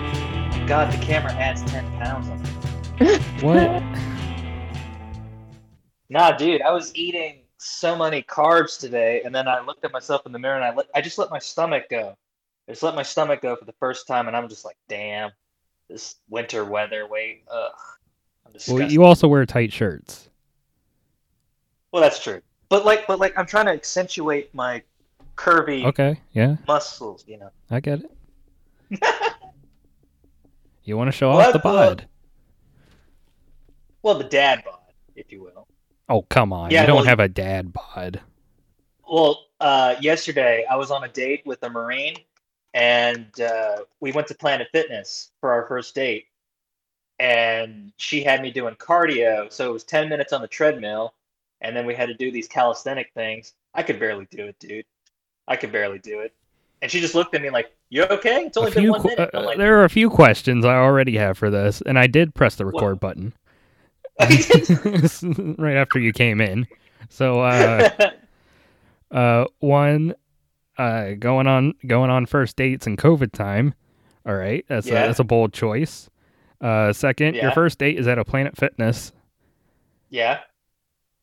Thank God the camera adds 10 pounds on it. What? Nah, dude, I was eating so many carbs today, and then I looked at myself in the mirror and I, let, I just let my stomach go. I just let my stomach go for the first time, and I'm just like, damn, this winter weather, wait, ugh. I'm disgusted. well, you also wear tight shirts. Well, that's true. But like, but like, I'm trying to accentuate my curvy Okay. Yeah, muscles. You know, I get it. you want to show What off the the- bod? well, the dad bod, if you will. Oh, come on. Yeah, you don't well- have a dad bod. Well, uh, yesterday I was on a date with a Marine, and uh, we went to Planet Fitness for our first date. And she had me doing cardio, so it was ten minutes on the treadmill, and then we had to do these calisthenic things. I could barely do it, dude. I could barely do it. And she just looked at me like, "You okay? It's only A been few one que- minute." uh, I'm like, there are a few questions I already have for this, and I did press the record button right after you came in. So, uh, uh, one, uh, going on going on first dates in COVID time. All right, that's Yeah. a, that's a bold choice. Uh, second, Yeah. your first date is at a Planet Fitness. yeah.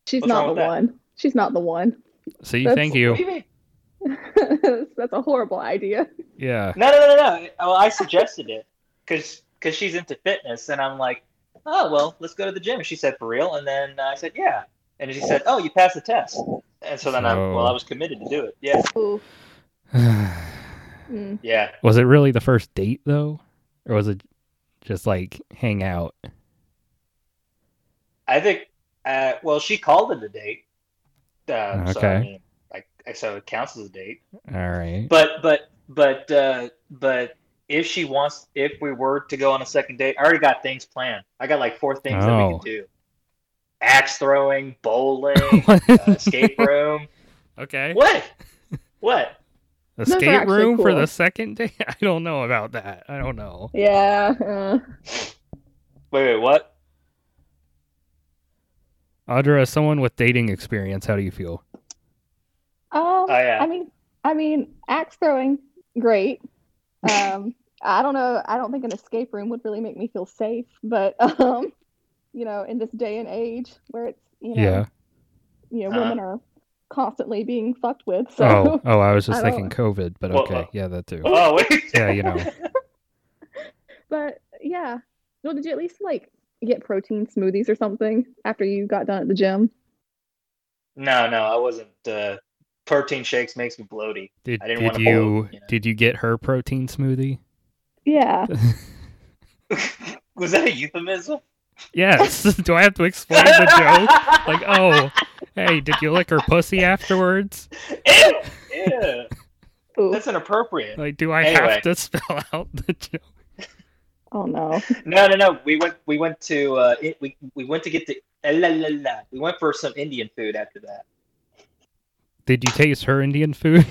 She's What's not wrong the with that? one. She's not the one. See, That's- thank What do you. you mean? That's a horrible idea. Yeah, No, no, no, no. no. Well, I suggested it because she's into fitness, and I'm like, oh well, let's go to the gym. And she said for real, and then I said yeah, and she said, oh, you passed the test, and so then I So- well, I was committed to do it. Yeah, Ooh. Mm. yeah. was it really the first date though, or was it just like hang out? I think. Uh, well, she called it a date. Uh, So I Okay. mean, like, so it counts as a date. All right. But but but uh, but if she wants, if we were to go on a second date, I already got things planned. I got like four things that we Oh. can do: axe throwing, bowling, uh, escape room. okay. What? What? are Escape actually room for cool. the second date? I don't know about that. I don't know. Yeah. Uh, Wait, wait, what? Audra, as someone with dating experience, how do you feel? um, Oh yeah. I mean, I mean, axe throwing, great. Um, I don't know. I don't think an escape room would really make me feel safe, but um, you know, in this day and age where it's you know, Yeah. you know, Uh-huh. women are constantly being fucked with, so Oh, oh, I was just I thinking don't- uh, COVID, but Well, okay, well- yeah, that too. oh wait. Yeah, you know. But yeah. Well, did you at least like get protein smoothies or something after you got done at the gym? No, no, I wasn't. Uh, protein shakes makes me bloaty. Did, I didn't did wanna you hold, you know. did you get her protein smoothie? Yeah. Was that a euphemism? yes. do I have to explain the joke? Like, oh, hey, did you lick her pussy afterwards? Ew, ew. Ooh. That's inappropriate. Like, do I Anyway. have to spell out the joke? Oh no. No, no, no. We went. We went to. Uh, it, we we went to get the. eh, La, la, la. We went for some Indian food after that. Did you taste her Indian food?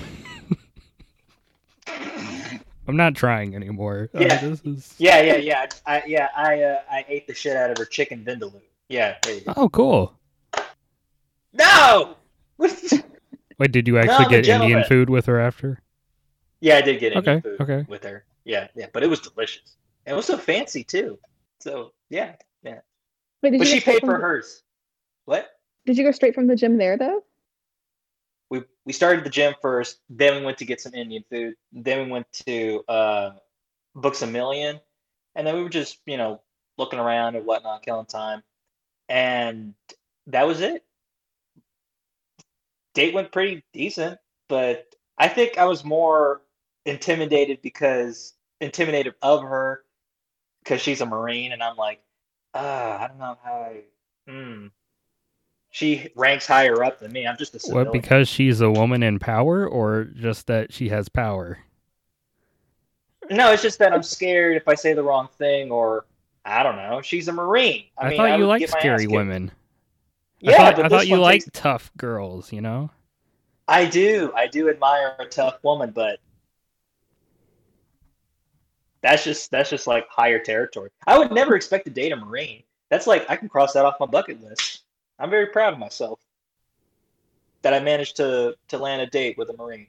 I'm not trying anymore. Uh, Yeah. this is- Yeah, yeah, yeah. I yeah I uh, I ate the shit out of her chicken vindaloo. Yeah. There you go. Oh, cool. No. Wait, did you actually I'm a get Indian gentleman. food with her after? yeah, I did get Indian Okay, food okay. with her. Yeah, yeah. But it was delicious. And it was so fancy too. So yeah, yeah. But but did you go she straight paid from for the- hers. What? Did you go straight from the gym there though? we we started the gym first, then we went to get some Indian food, then we went to uh, Books a Million, and then we were just you know looking around and whatnot, killing time, and that was it. Date went pretty decent, but I think I was more intimidated because intimidated of her because she's a Marine, and I'm like, uh, I don't know how I. Hmm. She ranks higher up than me. I'm just a civilian. What? Because she's a woman in power, or just that she has power? No, it's just that I'm scared if I say the wrong thing, or I don't know. She's a marine. I, I, mean, thought you would liked get my ass scary kicked. women. Yeah, I thought, but I this thought you one liked takes- tough girls. You know? I do. I do admire a tough woman, but that's just that's just like higher territory. I would never expect to date a marine. That's like I can cross that off my bucket list. I'm very proud of myself that I managed to to land a date with a marine.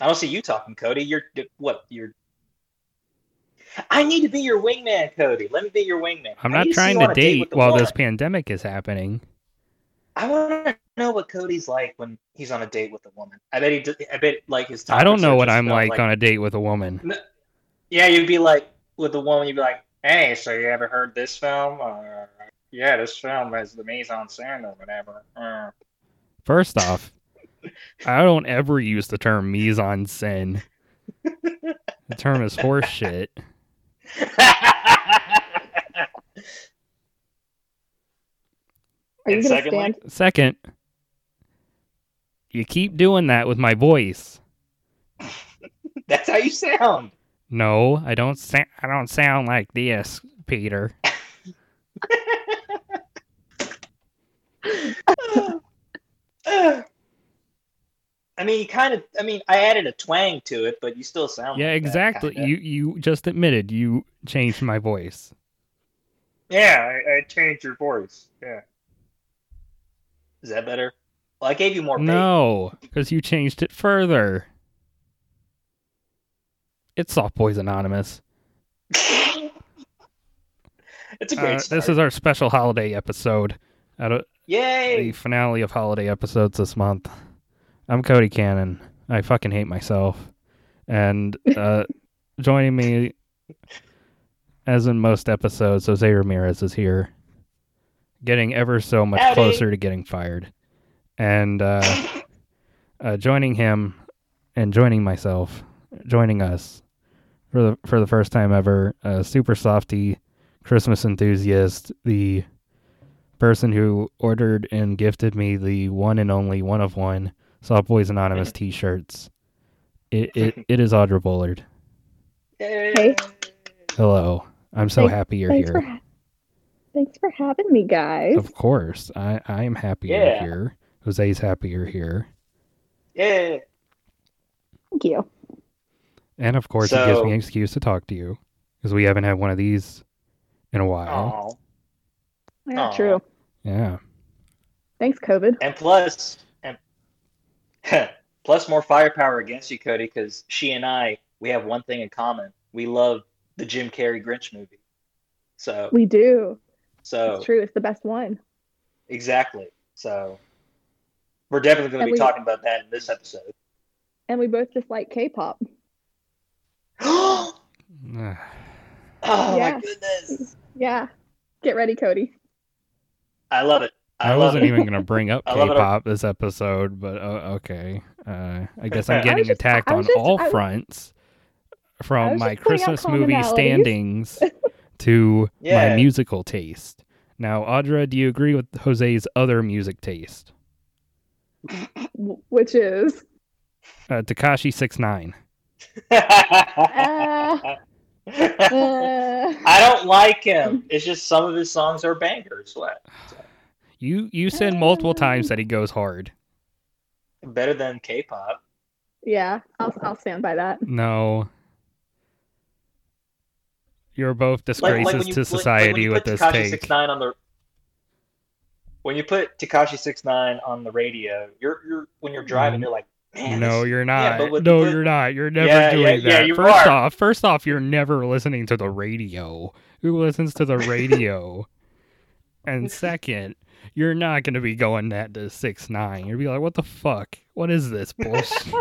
I don't see you talking, Cody. You're what? You're I need to be your wingman, Cody. Let me be your wingman. I'm I not need see trying you to on a date with the while woman. this pandemic is happening. I want to know what Cody's like when he's on a date with a woman. I bet he. d- I bet like his. I don't topics know are what just I'm about, like, on a date with a woman. Yeah, you'd be like with a woman. You'd be like, "Hey, so you ever heard this film? Or, yeah, this film has the mise en scène or whatever." Uh, First off, I don't ever use the term mise en scène. The term is horseshit. Are you And gonna secondly- stand? Second, you keep doing that with my voice. That's how you sound. No, I don't. Sa- I don't sound like this, Peter. I mean, you kind of. I mean, I added a twang to it, but you still sound. yeah, like that, exactly. kinda. You you just admitted you changed my voice. Yeah, I, I changed your voice. Yeah. Is that better? Well, I gave you more. bait. No, because you changed it further. It's Soft Boys Anonymous. it's a great. Uh, start. this is our special holiday episode out of the Yay! finale of holiday episodes this month. I'm Cody Cannon. I fucking hate myself. And uh, joining me, as in most episodes, Jose Ramirez is here, getting ever so much Howdy. closer to getting fired. And uh, uh, joining him and joining myself, joining us for the for the first time ever, uh, super softy, Christmas enthusiast, the person who ordered and gifted me the one and only one of one Soft Boys Anonymous T-shirts. It it, it is Audra Bullard. Yay. Hello, I'm so Thank- happy you're Thanks here. for ha- thanks for having me, guys. Of course, I I am happy Yeah. you're here. Jose's happy you're here, Yay. Thank you. and of course it gives So- me an excuse to talk to you because we haven't had one of these in a while. Aw. Yeah, Aw. true. Yeah. Thanks, COVID. And plus, and plus more firepower against you, Cody, because she and I, we have one thing in common. We love the Jim Carrey Grinch movie. So, We do. so It's true. It's the best one. exactly. So, we're definitely going to And be we- talking about that in this episode. And we both just like K-pop. oh Ugh. my Yes. goodness! Yeah. Get ready, Cody. I love it. I, I, love wasn't it. even gonna bring up I love it. K-pop this episode, but uh, okay. Uh, I guess I I'm was getting just- attacked I on was just- all I was- fronts, I from was my just pointing out Christmas movie commonalities. standings to my Yeah. musical taste. Now, Audra, do you agree with Jose's other music taste? W- Which is Uh, Takashi six nine. uh, I don't like him. It's just some of his songs are bangers. What? You you said multiple times that he goes hard. Better than K-pop. yeah. I'll I'll stand by that. No. You're both disgraces when you- to like- like when society you with put this Tekashi take. 6ix9ine on the when you put Takashi six nine on the radio, you're you're when you're driving, you're like, man, Mm-hmm. No, this- you're yeah, not. but with- no, but- you're not. You're never Yeah, doing yeah, yeah, that. you first are. off, first off, you're never listening to the radio. Who listens to the radio? and second, you're not going to be going that to six nine. You'll be like, what the fuck? What is this bullshit?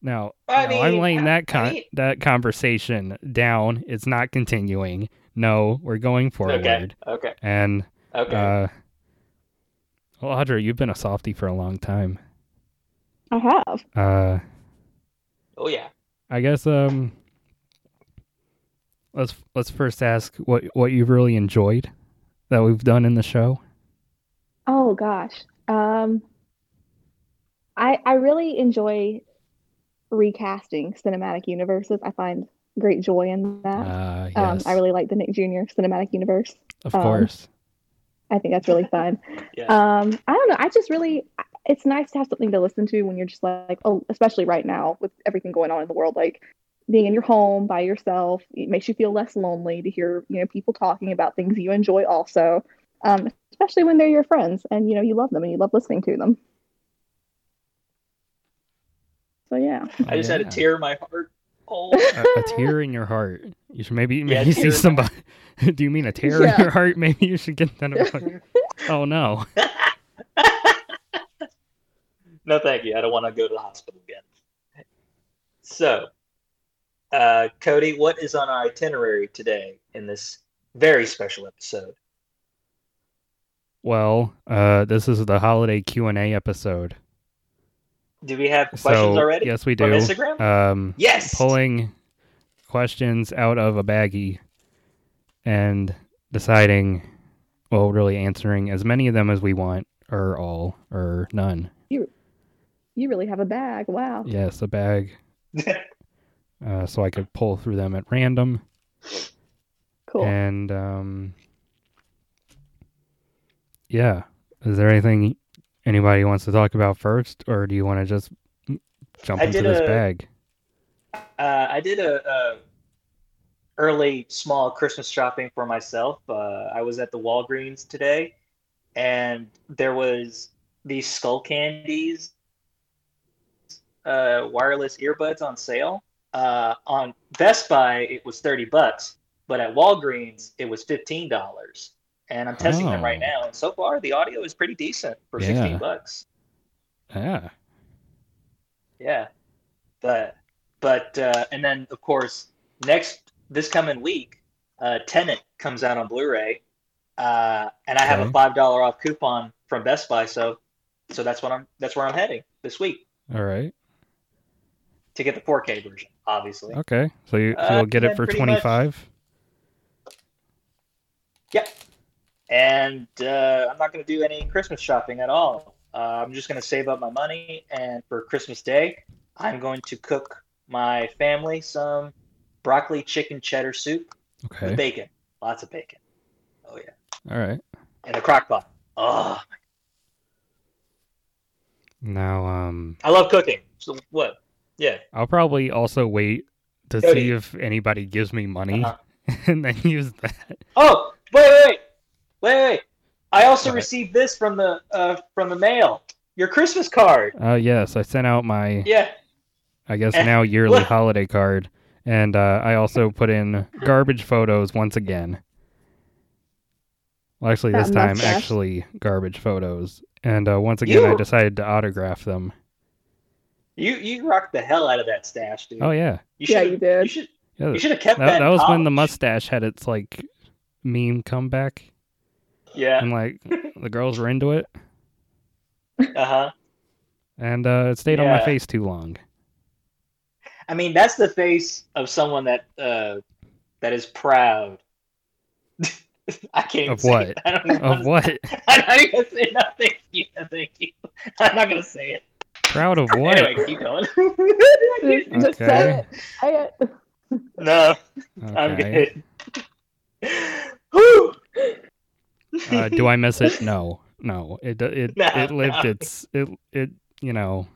now, I now I'm mean, laying that con- I mean- that conversation down. It's not continuing. No, we're going forward. okay, okay, And okay. uh, well, Audra, you've been a softie for a long time. I have. Uh, oh yeah. I guess um, let's let's first ask what what you've really enjoyed that we've done in the show. Oh gosh. Um I I really enjoy recasting cinematic universes. I find great joy in that. Uh, yes, um I really like the Nick Jr. cinematic universe. of um, course. I think that's really fun. Yeah. Um, I don't know. I just really, it's nice to have something to listen to when you're just like, oh, especially right now with everything going on in the world, like being in your home by yourself, it makes you feel less lonely to hear, you know, people talking about things you enjoy also, um, especially when they're your friends and, you know, you love them and you love listening to them. So yeah. I just had Yeah. a tear in my heart. Oh, a, a tear in your heart. You should maybe Yeah, maybe a see tear in my- somebody. Do you mean a tear Yeah. in your heart? Maybe you should get that. evalu- oh no! no, thank you. I don't want to go to the hospital again. So, uh, Cody, what is on our itinerary today in this very special episode? Well, uh, this is the holiday Q and A episode. Do we have questions so already yes, we from do. Instagram? Um, yes. pulling questions out of a baggie and deciding, well, really answering as many of them as we want, or all, or none. You really have a bag. Wow. Yes, a bag. uh, so I could pull through them at random. Cool. And um, yeah, is there anything anybody wants to talk about first, or do you want to just jump I into did this a- bag? Uh, I did a, a early small Christmas shopping for myself. Uh, I was at the Walgreens today, and there was these Skull Candies uh, wireless earbuds on sale. Uh, on Best Buy, it was thirty bucks, but at Walgreens, it was fifteen dollars. And I'm testing them right Oh. now, and so far the audio is pretty decent for Yeah. fifteen bucks. Yeah, Yeah. But but uh, and then of course next this coming week, uh Tenant comes out on Blu-ray. Uh and I have Okay. a five dollar off coupon from Best Buy, so so that's what I'm that's where I'm heading this week all right, to get the 4K version, obviously. okay. So, you, so Uh, you'll get it yeah, for pretty much. twenty five. And uh, I'm not gonna do any Christmas shopping at all. Uh, I'm just gonna save up my money and for Christmas Day, I'm going to cook my family some broccoli chicken cheddar soup Okay, with bacon. Lots of bacon. Oh yeah. all right. And a crock pot. Oh, Now, um, I love cooking. So what? Yeah. I'll probably also wait to Cody. see if anybody gives me money Uh-huh. and then use that. Oh, wait, wait, wait, wait, wait. I also What? received this from the uh, from the mail. Your Christmas card. Uh, yes, I sent out my. Yeah. I guess Eh, now yearly what? holiday card. And uh, I also put in garbage photos once again. Well, actually, That this time, mustache. actually, garbage photos. And uh, once again, I You- decided to autograph them. You you rocked the hell out of that stash, dude. Oh, yeah. You Yeah, should you did. You should yeah you that, should have kept that. that in was when the college. mustache had its, like, meme comeback. Yeah. And, like, the girls were into it. Uh huh. And uh, it stayed on my Yeah. face too long. I mean, that's the face of someone that uh that is proud. I can't. even Of say what? it. I don't know how Of to what? I'm not gonna say no, thank you, no, thank you. I'm not gonna say it. Proud of what? Anyway, keep going. Just Okay. said it. I, no, I'm Okay. good. Whew. uh, do I miss it? No, no. It do- it No, it lived no. its it it you know,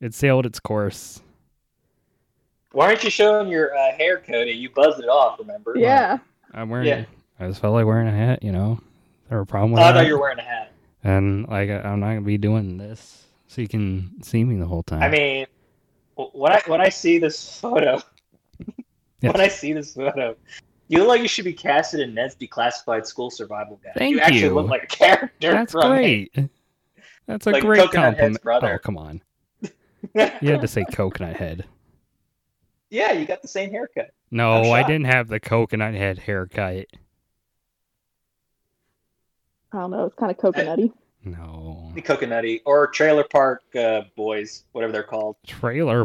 it sailed its course. Why aren't you showing your uh, hair, Cody? You buzzed it off, remember? yeah. I'm wearing. Yeah. I just felt like wearing a hat. You know, there were a problem Oh, with I that. thought you were wearing a hat. And like, I- I'm not gonna be doing this, so you can see me the whole time. I mean, wh- when I when I see this photo, Yes. when I see this photo, you look like you should be casted in Ned's Declassified School Survival Guide. Thank you actually you. look like a character. that's from great. That's a Like great Coconut Head's compliment. brother. Oh come on, you had to say coconut head. yeah, you got the same haircut. No, I shocked. didn't have the coconut head haircut. I don't know. It's kind of coconutty. No, the coconutty or trailer park uh, boys whatever they're called trailer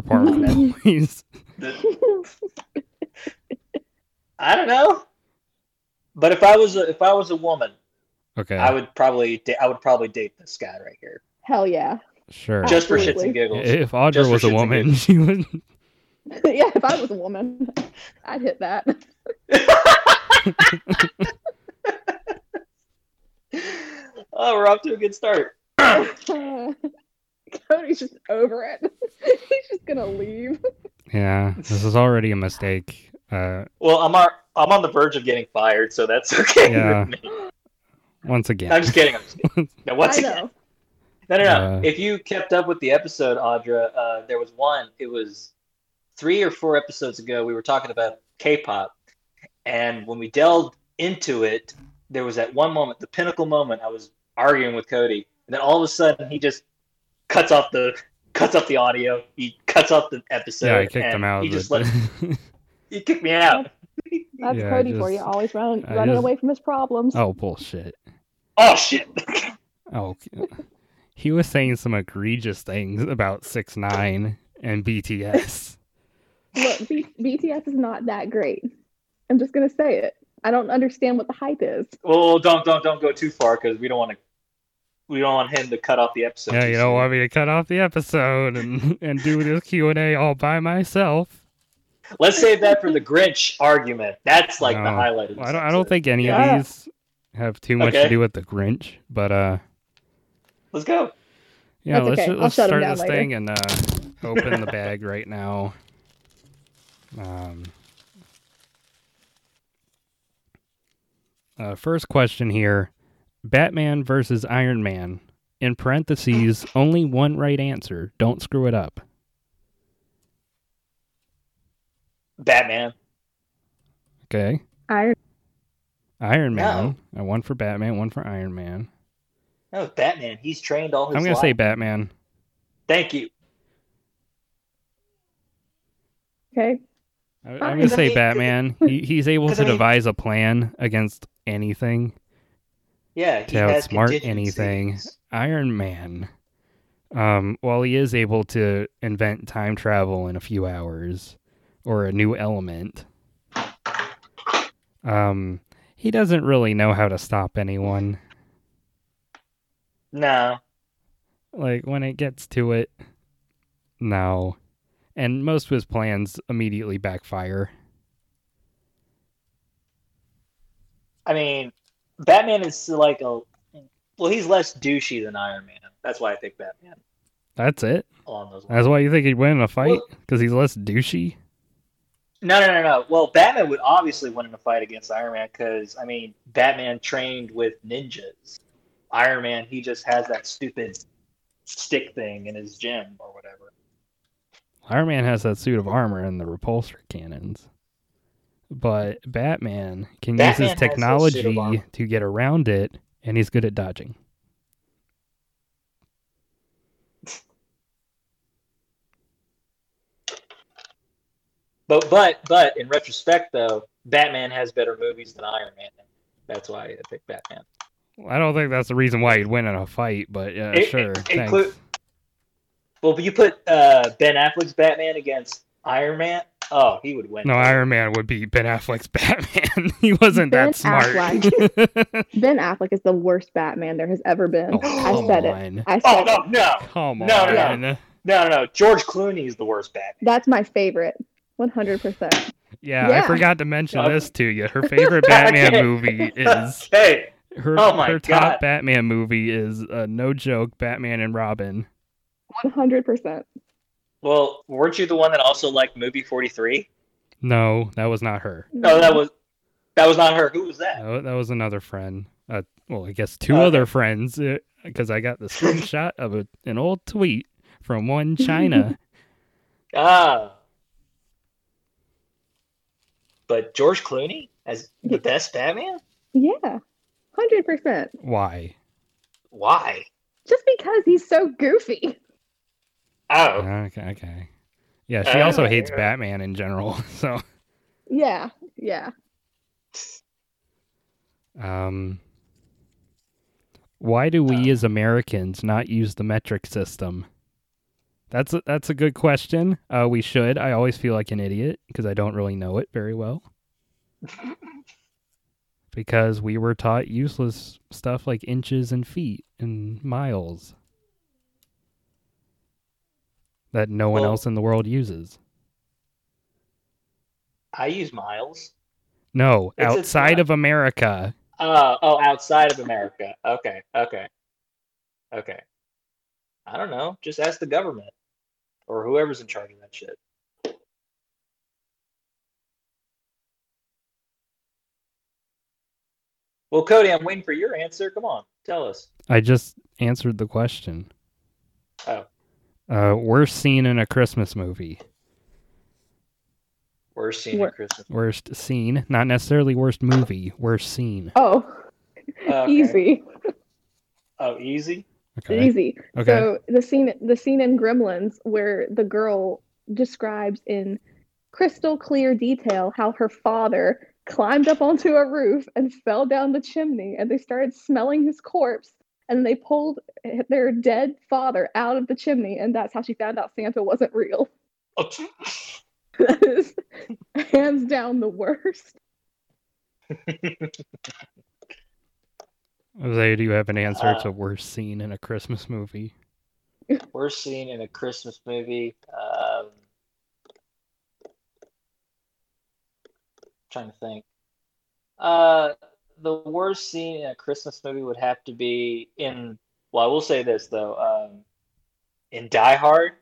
park boys. The- i don't know but if i was a, if i was a woman Okay, i would probably da- i would probably date this guy right here Hell yeah. sure. just for shits Absolutely. and giggles If Audra Just for was a shits and woman, giggles. she would. yeah. If I was a woman, I'd hit that. oh we're off to a good start Cody's just over it. He's just gonna leave. Yeah, this is already a mistake. Uh, well i'm on i'm on the verge of getting fired so that's okay Yeah. with me. once again. i'm just kidding i'm just kidding now once I again know. No, no, no. Uh, if you kept up with the episode, Audra, uh, there was one. It was three or four episodes ago. We were talking about K-pop, and when we delved into it, there was that one moment, the pinnacle moment. I was arguing with Cody, and then all of a sudden, he just cuts off the cuts off the audio. He cuts off the episode. yeah, I kicked and him out. He of just the- let, he kicked me out. That's Yeah, I Cody for you. just- Always running, I running just- away from his problems. oh bullshit. Oh shit! Oh, he was saying some egregious things about six nine and BTS. Look, B- BTS is not that great. I'm just gonna say it. I don't understand what the hype is. Well, don't don't don't go too far because we don't want to. We don't want him to cut off the episode. yeah, too you don't soon. want me to cut off the episode and and do this Q and A all by myself. Let's save that for the Grinch argument. That's like the No. highlight. Of Well, this I don't. I don't episode. think any Yeah. of these have too much to Okay. do with the Grinch, but uh, Let's go. yeah, That's let's okay. ju- I'll let's shut 'em start down this later. thing and uh, open the bag right now. Um, uh, first question here: Batman versus Iron Man. In parentheses, only one right answer. Don't screw it up. Batman. Okay. Iron Iron Man. Uh, one for Batman, one for Iron Man. No, it's Batman. He's trained all his I'm gonna life. say Batman. Thank you. okay. I, Fine. I'm gonna say Because I- Batman. He he's able because to I mean- devise a plan against anything Yeah, he to has outsmart contingencies. anything. Iron Man. Um, while he is able to invent time travel in a few hours or a new element, um, he doesn't really know how to stop anyone. No, like when it gets to it no and most of his plans immediately backfire I mean, Batman is like a. Well, he's less douchey than Iron Man. That's why I think Batman that's it along those lines. that's why you think he'd win in a fight because he's less douchey No, no, no, no. Well, Batman would obviously win in a fight against Iron Man because I mean, Batman trained with ninjas. Iron Man, he just has that stupid stick thing in his gym or whatever. iron man has that suit of armor and the repulsor cannons but batman can Batman has use his that suit of technology armor. to get around it and he's good at dodging But but but in retrospect though, Batman has better movies than Iron Man. That's why I picked Batman. Well, i don't think that's the reason why he'd win in a fight but yeah It- sure it- thanks. inclu- Well, but you put uh, Ben Affleck's Batman against Iron Man. Oh, he would win. no iron man would be ben affleck's batman he wasn't Ben that smart Affleck. Ben Affleck is the worst Batman there has ever been. Oh, I said it. come on. I Oh said it. no, no, Come No, on. no, no, no, no! George Clooney is the worst Batman. That's my favorite. 100%. Yeah, I Yeah. forgot to mention Okay. this to you. Her favorite Batman Okay. movie is hey, her Oh my her top God. Batman movie is uh, no joke Batman and Robin. 100%. well, weren't you the one that also liked movie Forty Three? No, that was not her. No, that was that was not her. Who was that? That, that was another friend. Uh, well, I guess two Okay. other friends because I got the screenshot of a, an old tweet from one China. Ah, but George Clooney as the best Batman? Yeah. 100%. Why? Why? Just because he's so goofy. Oh, Okay, okay. Yeah, she Uh, also hates yeah. Batman in general. So, Yeah. Yeah. um, why do Uh. we as Americans not use the metric system? That's a, that's a good question. Uh, we should. I always feel like an idiot because I don't really know it very well. because we were taught useless stuff like inches and feet and miles that no one Well- else in the world uses. I use miles. No, It's- it's outside not- of America. Oh, oh, outside of America. Okay, okay, okay. I don't know. Just ask the government or whoever's in charge of that shit. Well, Cody, I'm waiting for your answer. Come on, tell us. I just answered the question. Oh. Uh, worst scene in a Christmas movie. Worst scene Wor- at Christmas. Worst scene, not necessarily worst movie. Worst scene. Oh, Okay. easy, Oh, easy. Okay. easy. Okay. So the scene the scene in Gremlins where the girl describes in crystal clear detail how her father climbed up onto a roof and fell down the chimney and they started smelling his corpse and they pulled their dead father out of the chimney and that's how she found out Santa wasn't real. Oh, That is hands down the worst. Jose, do you have an answer Uh, to worst scene in a Christmas movie? worst scene in a Christmas movie. Um, trying to think. Uh, the worst scene in a Christmas movie would have to be in. Well, I will say this though. Um, in Die Hard,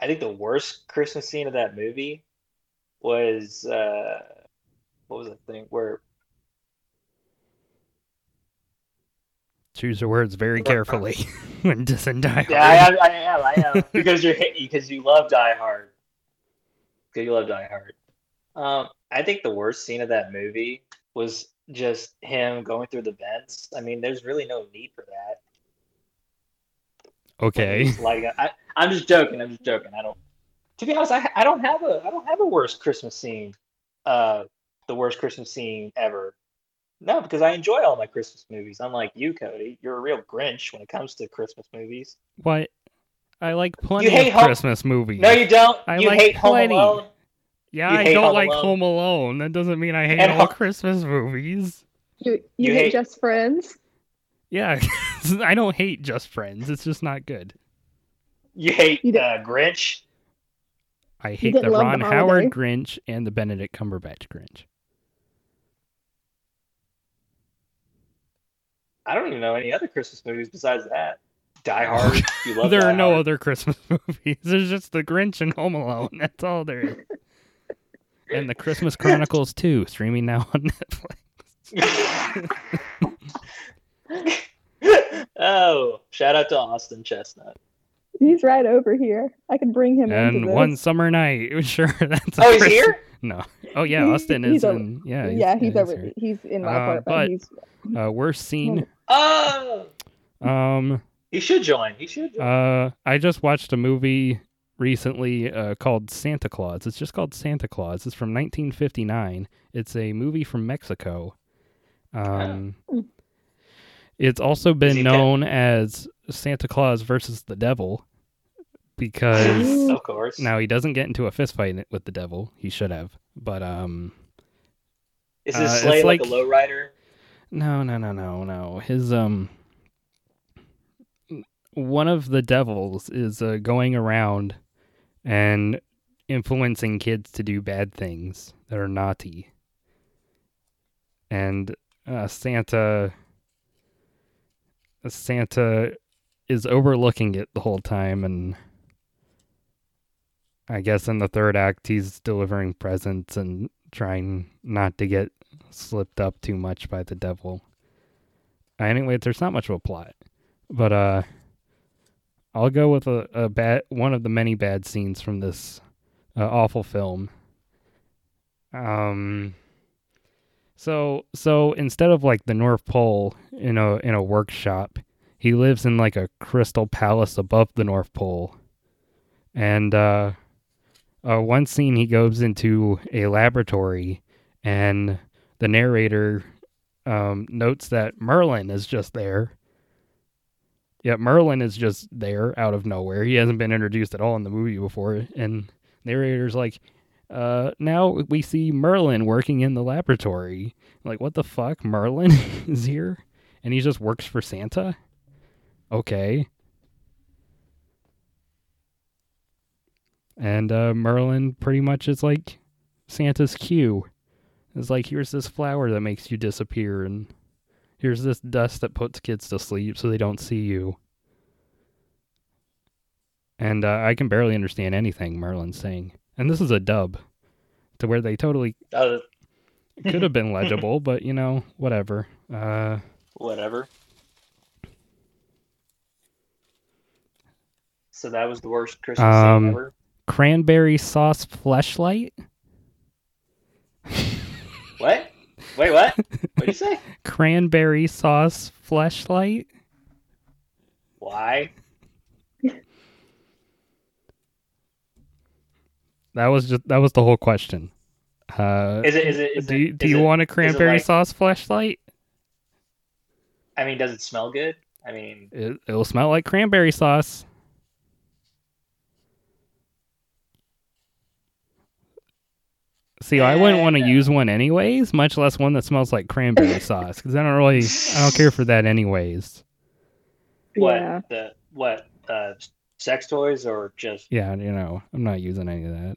I think the worst Christmas scene of that movie was uh, what was that thing where Choose your words very carefully when dis and die. Yeah, I am. I am. I am. because you're because you love Die Hard. Because you love Die Hard. Um, I think the worst scene of that movie was just him going through the vents. I mean, there's really no need for that. okay. It's Like, I, I'm just joking. I'm just joking. I don't. To be honest, I, I don't have a I don't have a worst Christmas scene. Uh, the worst Christmas scene ever. No, because I enjoy all my Christmas movies. Unlike you, Cody, you're a real Grinch when it comes to Christmas movies. What? I like plenty hate of Home- Christmas movies. No, you don't. I you like hate Home plenty. Alone. yeah, you I hate don't Home like Alone. Home Alone. That doesn't mean I hate And all Ho- Christmas movies. You you, You hate, hate- just friends. Yeah, I don't hate Just Friends. It's just not good. You hate You don't- uh, Grinch. I hate didn't the love The Ron Holiday. Howard Grinch and the Benedict Cumberbatch Grinch. I don't even know any other Christmas movies besides that. Die Hard. You love. Oh, there Die are no Hard. other Christmas movies. There's just the Grinch and Home Alone. That's all there is. and the Christmas Chronicles 2, streaming now on Netflix. oh, shout out to Austin Chestnut. He's right over here. I could bring him into And this. one summer night. Sure, that's a Oh, he's Christ- here. No. Oh yeah, Austin He's is over- in yeah, he's, yeah, he's yeah, over. He's in my Uh, apartment. but- he's here. Uh worst scene. Oh, Um he should join. He should. Join. Uh, I just watched a movie recently uh, called Santa Claus. It's just called Santa Claus. It's from 1959. It's a movie from Mexico. Um, Oh. It's also Is been he ca- known as Santa Claus versus the Devil because of course. Uh, now he doesn't get into a fist fight with the devil. He should have, but um, Is uh, this it's sleigh like, like- a lowrider? No, no, no, no, no. His um one of the devils is uh, going around and influencing kids to do bad things that are naughty. And uh, Santa Santa is overlooking it the whole time and I guess in the third act he's delivering presents and trying not to get slipped up too much by the devil. Anyway, there's not much of a plot, but uh, I'll go with a, a bad one of the many bad scenes from this uh, awful film. Um, so so instead of like the North Pole in a in a workshop, he lives in like a crystal palace above the North Pole, and uh, uh, one scene he goes into a laboratory and the narrator um, notes that Merlin is just there. Yet Merlin is just there out of nowhere. He hasn't been introduced at all in the movie before, and narrator's like, uh, "Now we see Merlin working in the laboratory. Like, what the fuck? Merlin is here, and he just works for Santa. Okay." And uh, Merlin pretty much is like Santa's cue. It's like here's this flower that makes you disappear, and here's this dust that puts kids to sleep so they don't see you. And uh, I can barely understand anything Merlin's saying. And this is a dub, to where they totally Uh, could have been legible, but you know, whatever. Uh, whatever. So that was the worst Christmas Um, thing ever. Cranberry sauce fleshlight. What? Wait, what? What'd you say? Cranberry sauce fleshlight. Why? That was just that was the whole question. Uh, Is it? Is it? Is do it, you, do is you it- want a cranberry like- sauce fleshlight? I mean, does it smell good? I mean, It, it'll smell like cranberry sauce. See, I wouldn't want to Yeah. use one anyways, much less one that smells like cranberry sauce, because I don't really, I don't care for that anyways. what Yeah. the what uh, sex toys or just Yeah, you know, I'm not using any of that.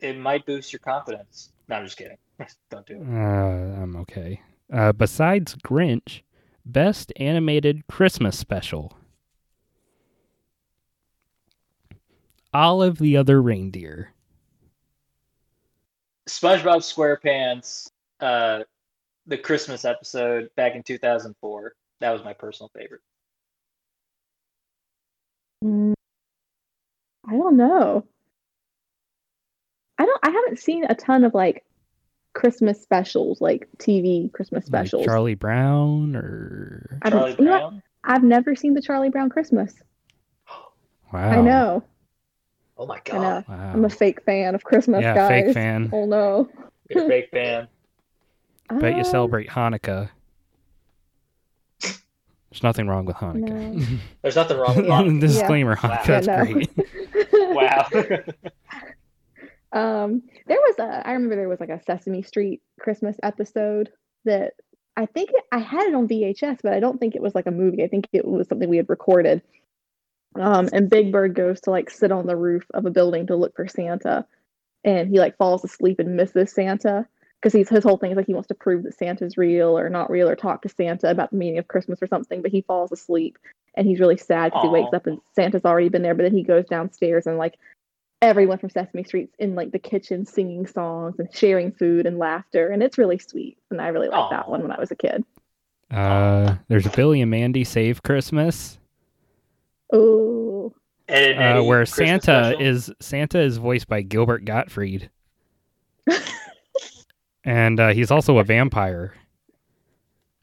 it might boost your confidence. No, I'm just kidding. Don't do it. Uh, I'm okay. Uh, besides Grinch, best animated Christmas special. Olive the Other Reindeer. SpongeBob SquarePants, uh, the Christmas episode back in 2004. That was my personal favorite. Mm, I don't know. I don't. I haven't seen a ton of like Christmas specials, like TV Christmas Like specials. Charlie Brown or I Charlie don't, you know what? Brown. I've never seen the Charlie Brown Christmas. Wow. I know. Oh my I know. god, Wow. I'm a fake fan of Christmas, yeah, guys. fake fan. Oh no. you're a big fan. Bet you Um, celebrate Hanukkah. There's nothing wrong with Hanukkah. There's nothing wrong with Hanukkah. Disclaimer: Wow. Hanukkah's Yeah, no. great. Wow. Um, there was a, I remember there was like a Sesame Street Christmas episode that I think it, I had it on VHS, but I don't think it was like a movie. I think it was something we had recorded. Um, and Big Bird goes to like sit on the roof of a building to look for Santa, and he like falls asleep and misses Santa because he's his whole thing is like he wants to prove that Santa's real or not real or talk to Santa about the meaning of Christmas or something, but he falls asleep and he's really sad because he wakes Aw. up and Santa's already been there, but then he goes downstairs and like everyone from Sesame Street's in like the kitchen singing songs and sharing food and laughter, and it's really sweet. And I really liked that Aw. one when I was a kid. Uh, there's Billy and Mandy Save Christmas, Oh, Ed and uh, Eddie where Christmas Santa special. is Santa is voiced by Gilbert Gottfried, and uh, he's also a vampire.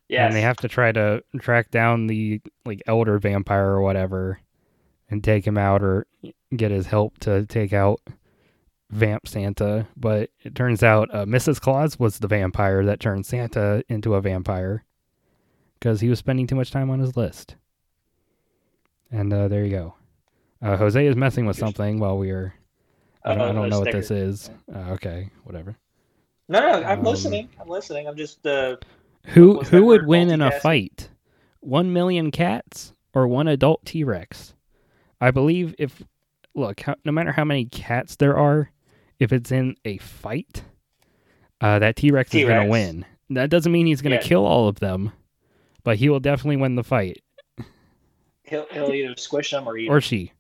Yes. And they have to try to track down the like elder vampire or whatever, and take him out or get his help to take out Vamp Santa. But it turns out uh, Mrs. Claus was the vampire that turned Santa into a vampire because he was spending too much time on his list. And uh, there you go. Uh, Jose is messing with something while we are. I Uh, don't, I don't know what this is. Uh, okay, whatever. No, no, I'm Um, listening. I'm listening. I'm just uh, Who What's who that would word? win in a Multitasking? fight? One million cats or one adult T Rex? I believe if look, how, no matter how many cats there are, if it's in a fight, uh, that T Rex is going to T-Rex. win. That doesn't mean he's going to Yeah. kill all of them, but he will definitely win the fight, he'll, he'll either squish them or eat. or Or, she.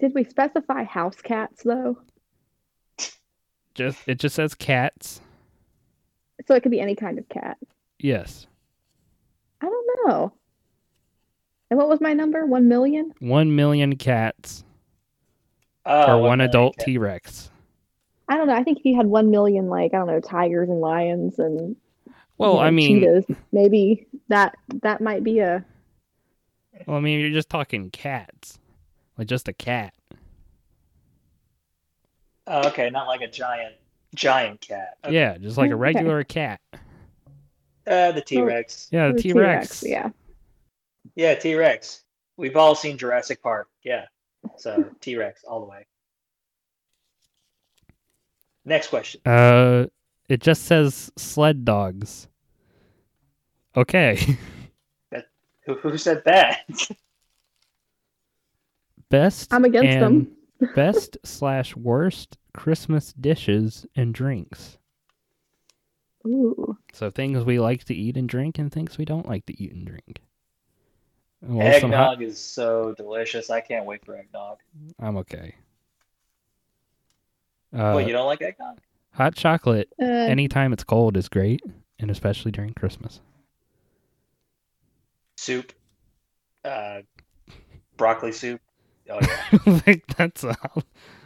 did we specify house cats though? Just it just says cats. So it could be any kind of cat. Yes, I don't know. And what was my number? One million? one million cats Oh, or one adult T Rex. I don't know. I think if you had one million, like I don't know, tigers and lions and Well, you know, Oh, I mean, cheetahs, maybe that that might be a well, I mean, you're just talking cats, like just a cat. Oh, okay, not like a giant giant cat. Okay. Yeah, just like a Okay. regular cat. Uh, the T Rex. Yeah, a the T Rex. Yeah, Yeah, T Rex. We've all seen Jurassic Park. Yeah. So T Rex all the way. Next question. Uh, it just says sled dogs. Okay. Who, who said that? Best. I'm against and them. best slash worst Christmas dishes and drinks. Ooh, So things we like to eat and drink, and things we don't like to eat and drink. Well, some hot- eggnog is so delicious. I can't wait for eggnog. I'm okay. Uh, Wait, you don't like eggnog? hot chocolate uh, anytime it's cold is great, and especially during Christmas. Soup. Uh, broccoli soup. Oh yeah. like that's a, hol-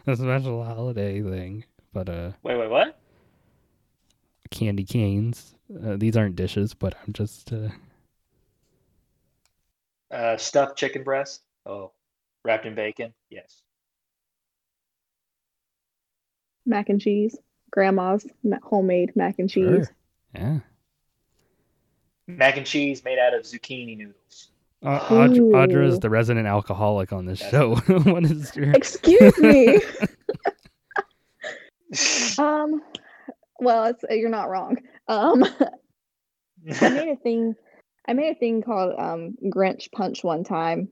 a special holiday thing. But uh, wait, wait, what? candy canes. Uh, these aren't dishes, but I'm just uh, Uh, stuffed chicken breast. Oh, wrapped in bacon. Yes. Mac and cheese, grandma's ma- homemade mac and cheese. sure. Yeah. Mac and cheese made out of zucchini noodles. Uh, Aud- Audra Ooh. is the resident alcoholic on this That's- show. what is your Excuse me. um, well, it's, uh, you're not wrong. Um, I made a thing. I made a thing called um, Grinch Punch one time,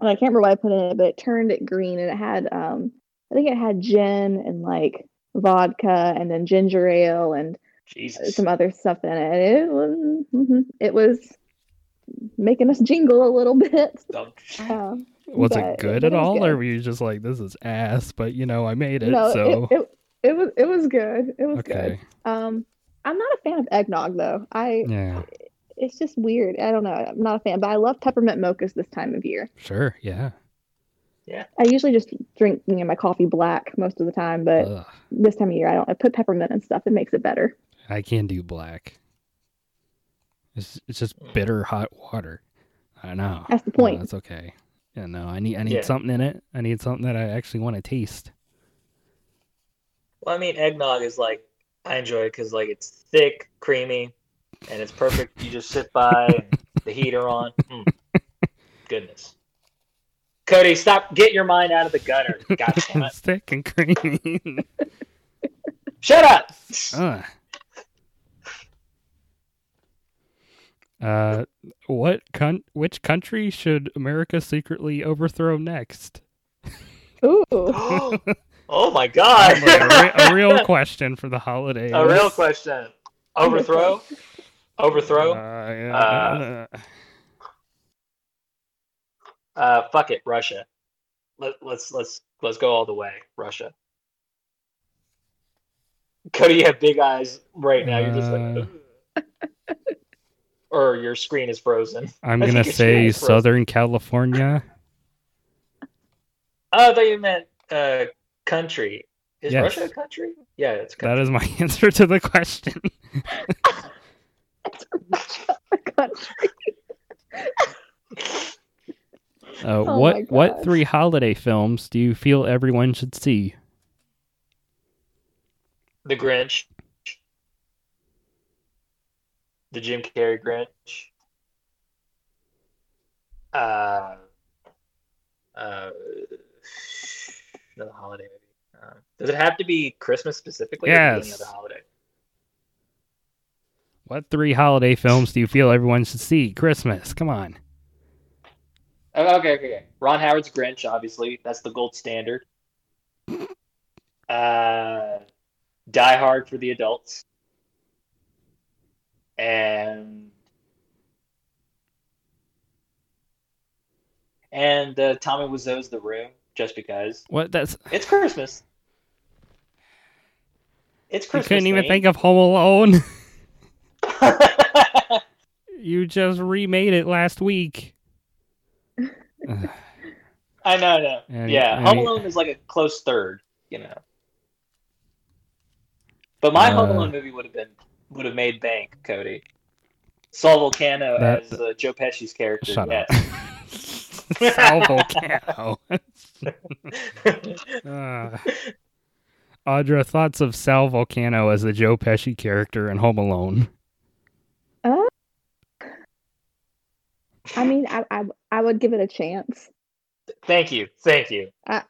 and I can't remember what I put in it, but it turned it green, and it had um, I think it had gin and like vodka, and then ginger ale, and Jesus. some other stuff in it. It was, mhm, it was making us jingle a little bit. Oh, Um, was but- it good but at it was all, or good. were you just like this is ass? But you know, I made it, no, it- so it, it was it was good. It was okay, good. Um, I'm not a fan of eggnog though. I yeah, it's just weird. I don't know. I'm not a fan, but I love peppermint mochas this time of year. sure, yeah. I usually just drink you know my coffee black most of the time, but Uh. Ugh. this time of year I don't. I put peppermint and stuff. It makes it better. I can do black. It's it's just bitter hot water. I know. That's the No, point. that's okay. Yeah, no, I need I need Yeah. something in it. I need something that I actually want to taste. Well, I mean, eggnog is like I enjoy it because like it's thick, creamy, and it's perfect. You just sit by, and the heater on. Mm. Goodness. Cody, stop! Get your mind out of the gutter. God damn it! it's thick and creamy. Shut up. Ugh. Uh, what con- which country should America secretly overthrow next? Uh, Ooh, oh my God! Like a, re- a real question for the holidays. A real question. Overthrow. Overthrow. Uh, yeah. Uh, fuck it, Russia. Let, let's let's let's go all the way, Russia. Cody, you have big eyes right now. You're just like, "Ugh." or your screen is frozen. I'm I gonna think it's say nice for us. Southern California. Oh, I thought you meant uh, country. Is Yes. Russia a country? Yeah, it's a That country. is my answer to the question. it's Russia, the country. Uh, Oh my what what gosh. three holiday films do you feel everyone should see? The Grinch. The Jim Carrey Grinch. Uh, uh, another holiday movie. Um, does it have to be Christmas specifically? or can it be Yes. Any other holiday. What three holiday films do you feel everyone should see? Christmas, come on. Oh, okay, okay, okay. Ron Howard's Grinch, obviously. That's the gold standard. Uh, Die Hard for the adults. And. And uh, Tommy Wiseau's The Room, just because. What that's It's Christmas. It's you Christmas. eh? couldn't even think of Home Alone. of. you just remade it last week. Ugh. I know, I know. And- yeah, and Home he- Alone is like a close third, you know. But my Home Uh, Alone movie would have been would have made bank, Cody. Saul Volcano That- as uh, Joe Pesci's character. Shut yes. up. Sal Volcano. Uh, Audra, thoughts of Sal Volcano as the Joe Pesci character in Home Alone. Uh, I mean, I, I I would give it a chance. thank you, thank you. I,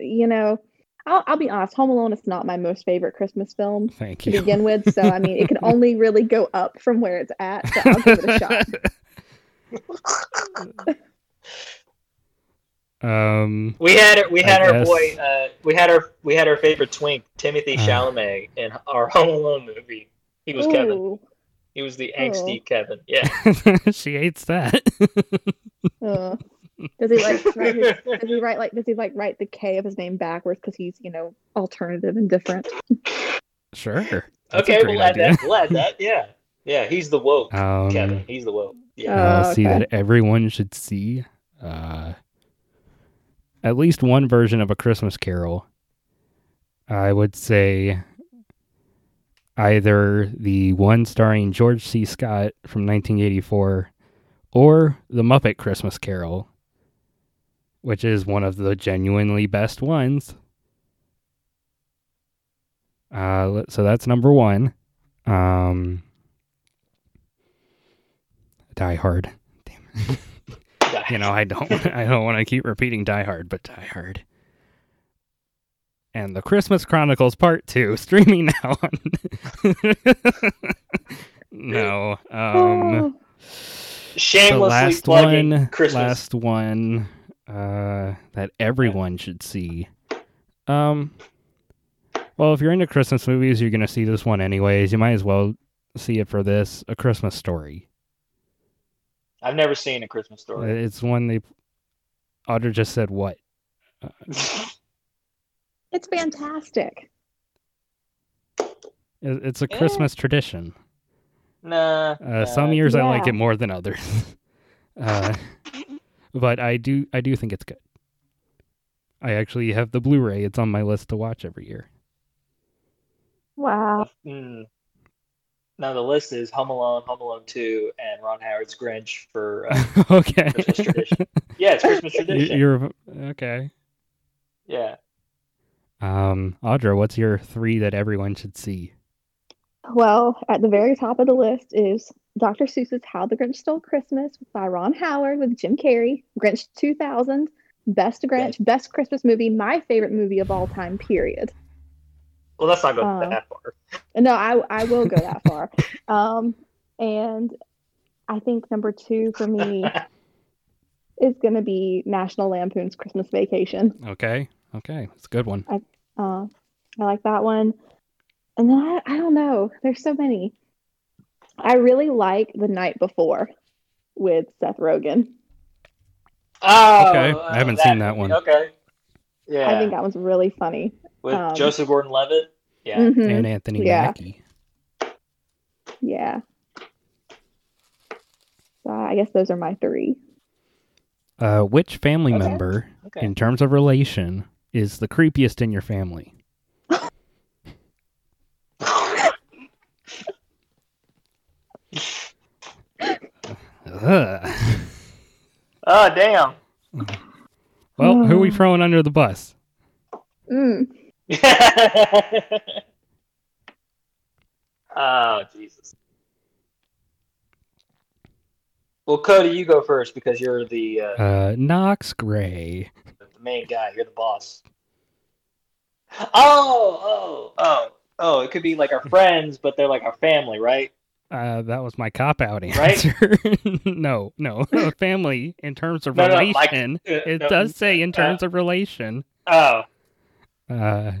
you know, I'll, I'll be honest. Home Alone is not my most favorite Christmas film Thank to you. begin with, so I mean, it can only really go up from where it's at. So I'll give it a shot. um, We had it. We I had our guess- boy. Uh, we had our we had our favorite twink, Timothy Uh. Chalamet, in our Home Alone movie. He was Kevin. Ooh, He was the angsty Kevin. Yeah. she hates that. uh. Does he like write his, does he write like does he like write the K of his name backwards because he's you know alternative and different? sure. That's a okay, great we'll add idea. that. We'll add that. Yeah. Yeah. He's the woke. Um, Kevin. He's the woke. Yeah. uh, Oh, see okay. that everyone should see. Uh, at least one version of a Christmas Carol, I would say either the one starring George C. Scott from 1984 or The Muppet Christmas Carol, which is one of the genuinely best ones. Uh, let- so that's number one. Um, Die Hard. Damn. you know, I don't, I don't want to keep repeating Die Hard, but Die Hard. And the Christmas Chronicles Part Two streaming now. on- no, um, Oh, the shamelessly last plugging one, Christmas. last one uh, that everyone should see. Um, well, if you're into Christmas movies, you're gonna see this one anyways. You might as well see it for this, A Christmas Story. I've never seen a Christmas story. It's one they. Otter just said what? uh, it's fantastic. It- It's a Eh. Christmas tradition. nah. Uh, nah. some years I like Yeah. it more than others, uh, but I do I do think it's good. I actually have the Blu-ray. It's on my list to watch every year. Wow. Mm. Now the list is Home Alone, Home Alone Two, and Ron Howard's Grinch for uh, okay. Christmas tradition. Yeah, it's Christmas You- tradition. You're okay. Yeah, Um, Audra, what's your three that everyone should see? Well, at the very top of the list is Dr. Seuss's How the Grinch Stole Christmas by Ron Howard with Jim Carrey, Grinch 2000, Best Grinch, Best Christmas Movie, my favorite movie of all time, period. well, let's not go Uh, that far. No, I, I will go that far. Um, and I think number two for me is going to be National Lampoon's Christmas Vacation. Okay. Okay, it's a good one. Uh, I like that one. And then I, I don't know. There's so many. I really like The Night Before with Seth Rogen. Oh, Okay, I oh, haven't seen that one. Okay, yeah, I think that one's really funny. with um, Joseph Gordon-Levitt. Yeah, Mhm. And Anthony Yeah. Mackie. Yeah. So I guess those are my three. Uh, which family Okay. member, okay. in terms of relation, is the creepiest in your family? Ugh. oh damn. Well, who are we Uh. throwing under the bus? Mm. oh Jesus. Well, Cody, you go first because you're the uh, Uh, Knox Gray. the main guy. You're the boss. Oh, oh, oh, oh! It could be like our friends, but they're like our family, right? Uh, that was my cop out Right? answer. no, no, family in terms of No, no, relation. like- Uh, it no, does say in terms of relation. Oh, Uh,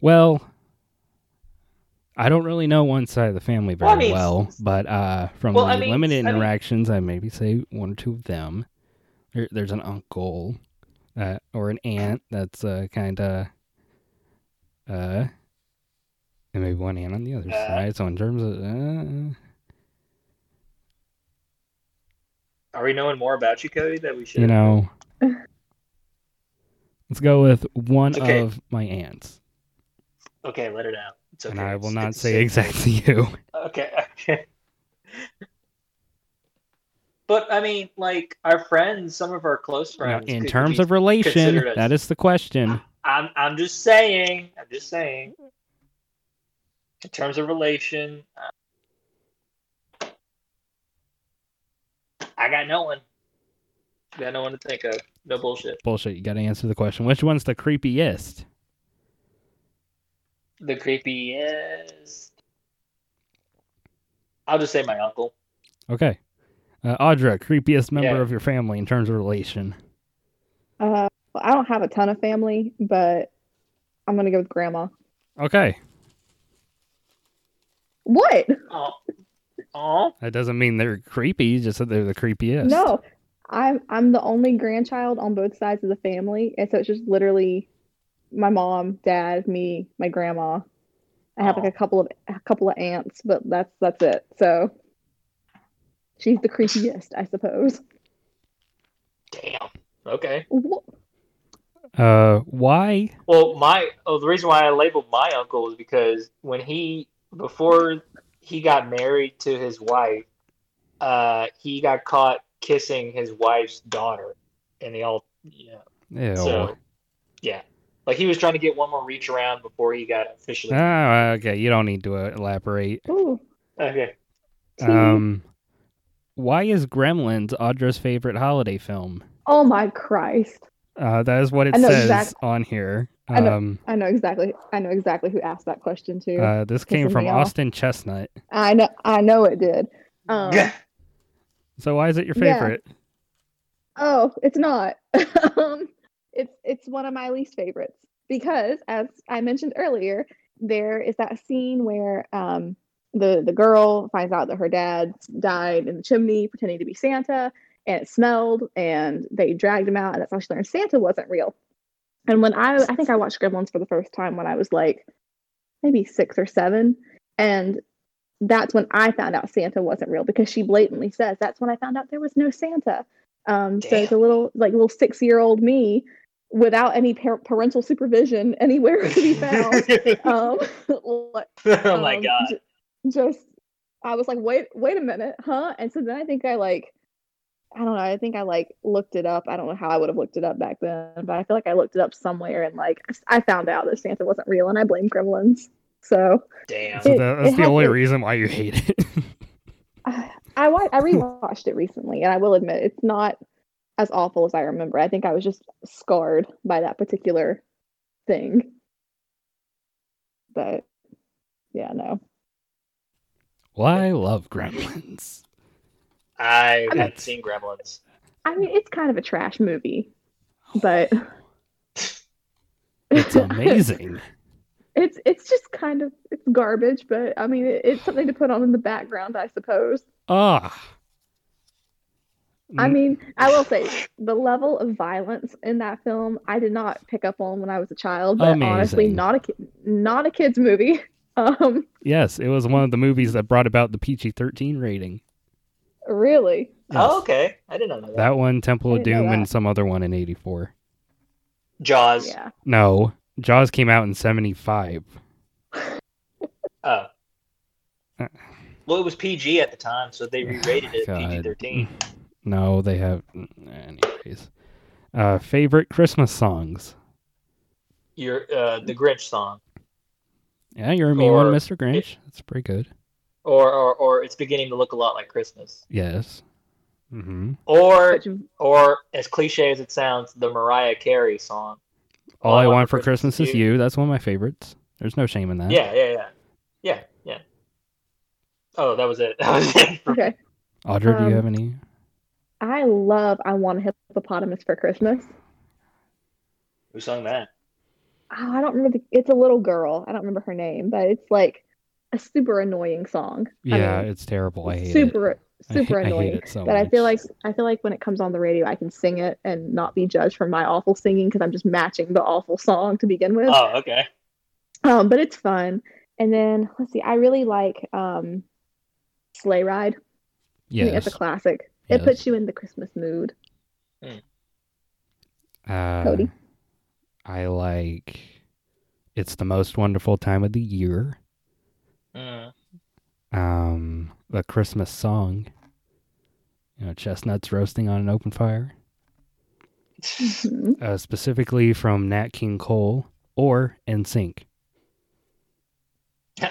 well, I don't really know one side of the family very Well, I well, mean, but uh, from well, the I mean, limited I mean- interactions, I maybe say one or two of them. There, there's an uncle uh, or an aunt that's uh, kind of. Uh, and maybe one aunt on the other Uh. side. So in terms of, uh, are we knowing more about you, Cody? That we should, you know, let's go with one It's okay. of my aunts. Okay, let it out. It's okay. and I will It's- not it's say safe. exactly who. Okay, okay. But I mean, like our friends, some of our close Now, friends. in could terms be- of relation, considered as- that is the question. I'm I'm just saying. I'm just saying. In terms of relation, uh, I got no one. Got no one to think of. No bullshit. Bullshit. You got to answer the question. Which one's the creepiest? The creepiest. I'll just say my uncle. Okay. Uh, Audra, creepiest member Yeah. of your family in terms of relation. Uh, well, I don't have a ton of family, but I'm going to go with grandma. Okay. What? Oh, oh. That doesn't mean they're creepy. You just said they're the creepiest. No, I'm I'm the only grandchild on both sides of the family, and so it's just literally my mom, dad, me, my grandma. I have like a couple of a couple of aunts, but that's that's it. So she's the creepiest, I suppose. Damn. Okay. Wh- Uh, why? Well, my oh, the reason why I labeled my uncle is because when he before he got married to his wife, uh, he got caught kissing his wife's daughter, and they all you know, Ew. So, yeah, like he was trying to get one more reach around before he got officially. Ah, okay. You don't need to uh, elaborate. Ooh. okay, Um, why is Gremlins Audra's favorite holiday film? Oh my Christ. Uh, that is what it I know says exact- on here. I know. Um, I know exactly. I know exactly who asked that question too. uh, this came Pissing from me off. Austin Chestnut. I know. I know it did. Um, So why is it your Yeah. favorite? Oh, it's not. um, it's it's one of my least favorites because, as I mentioned earlier, there is that scene where um, the the girl finds out that her dad died in the chimney pretending to be Santa, and it smelled, and they dragged him out, and that's how she learned Santa wasn't real. And when I I think I watched Gremlins for the first time when I was like maybe six or seven, and that's when I found out Santa wasn't real because she blatantly says that's when I found out there was no Santa. Um, so it's a little like little six year old me without any par- parental supervision anywhere to be found. um, like, oh my um, god. j- just I was like, wait, wait a minute, huh? And so then I think I like, I don't know. I think I like looked it up. I don't know how I would have looked it up back then, but I feel like I looked it up somewhere and like I found out that Santa wasn't real, and I blame Gremlins. So Damn. So it- that, it that's the has only to- reason why you hate it. I I, wa- I rewatched it recently, and I will admit it's not as awful as I remember. I think I was just scarred by that particular thing. But yeah, no. well, I love Gremlins. I I'm- haven't seen Gremlins. I mean, it's kind of a trash movie, but It's amazing. it's it's just kind of it's garbage. But I mean, it, it's something to put on in the background, I suppose. Ah. I Mm, mean, I will say the level of violence in that film I did not pick up on when I was a child, but honestly, Amazing. not a ki- not a kids movie. Um, yes, it was one of the movies that brought about the PG-13 rating. really, Oh, Yes. okay. I did not know that. That one, Temple I of didn't know Doom, and that. some other one in '84. Jaws. yeah. No, Jaws came out in '75. Oh. Uh. Well, it was PG at the time, so they re-rated it God. PG Mm. thirteen. No, they have. Anyways, uh, favorite Christmas songs. Your uh, the Grinch song, Yeah, you're me one, Or- Mr. Grinch. That's pretty good. or, or or it's beginning to look a lot like Christmas, Yes. Mm-hmm. or Which- or as cliche as it sounds, the Mariah Carey song. All I want for Christmas is you. That's one of my favorites. There's no shame in that. Yeah, yeah, yeah, yeah, yeah. Oh, that was it. That was it. okay, Audra, do you Um, have any? I love I Want a Hippopotamus for Christmas. Who sung that? Oh, I don't remember. The, it's a little girl. I don't remember her name, but it's like a super annoying song. I Yeah, mean, it's terrible. Oh, I hate super I hate- super I hate annoying. it so but I feel like much. I feel like when it comes on the radio, I can sing it and not be judged for my awful singing because I'm just matching the awful song to begin with. Oh, okay. Um, but it's fun. And then let's see. I really like um, Sleigh Ride. it. I think Yes. it's a classic. Yes. It puts you in the Christmas mood. Uh, Cody. I like. It's the most wonderful time of the year. Mm. Um, the Christmas song. You know, chestnuts roasting on an open fire. Hmm. Mhm. uh, specifically from Nat King Cole or NSYNC.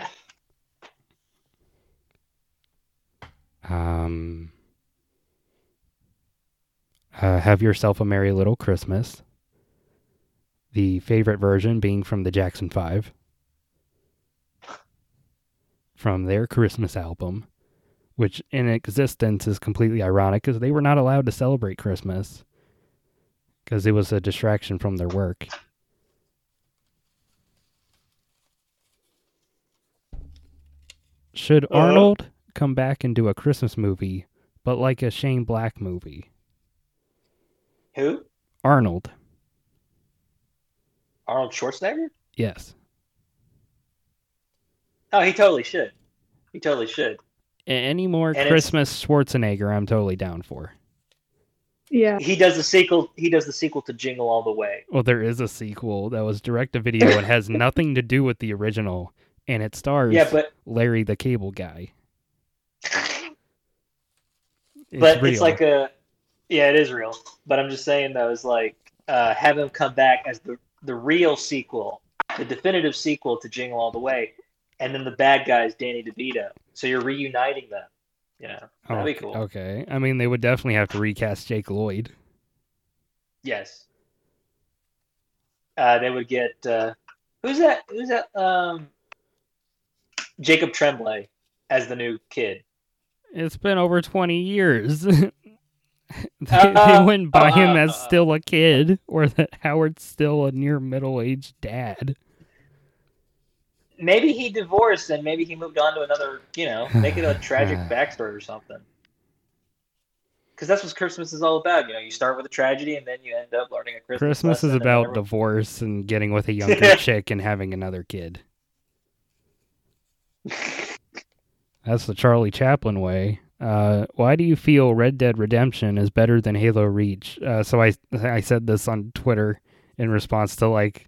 Um, uh, Have Yourself a Merry Little Christmas. The favorite version being from the Jackson 5 from their Christmas album, which in existence is completely ironic because they were not allowed to celebrate Christmas because it was a distraction from their work. Should Uh. Arnold come back and do a Christmas movie, but like a Shane Black movie? Who? Arnold, Arnold Schwarzenegger? yes. Oh, he totally should. He totally should. A- Any more And it's- Christmas Schwarzenegger, I'm totally down for. Yeah. He does the sequel. He does the sequel to Jingle All the Way. Well, there is a sequel that was direct to video and has nothing to do with the original, and it stars Yeah, but Larry the Cable Guy. It's but real. it's like a yeah, it is real. But I'm just saying though, is like uh, have him come back as the the real sequel, the definitive sequel to Jingle All the Way, and then the bad guy is Danny DeVito. So you're reuniting them. You know, Oh, that'd be cool. Okay, I mean they would definitely have to recast Jake Lloyd. Yes. Uh, they would get uh, who's that? Who's that? Um, Jacob Tremblay as the new kid. It's been over twenty years. they, they Uh, wouldn't buy him as uh, still a kid, or that Howard's still a near middle aged dad. Maybe he divorced and maybe he moved on to another. You know, make it a tragic backstory or something. Because that's what Christmas is all about. You know, you start with a tragedy and then you end up learning a Christmas. Christmas is lesson and about everyone- divorce and getting with a younger chick and having another kid. That's the Charlie Chaplin way. Uh, why do you feel Red Dead Redemption is better than Halo Reach? Uh, so I I said this on Twitter in response to like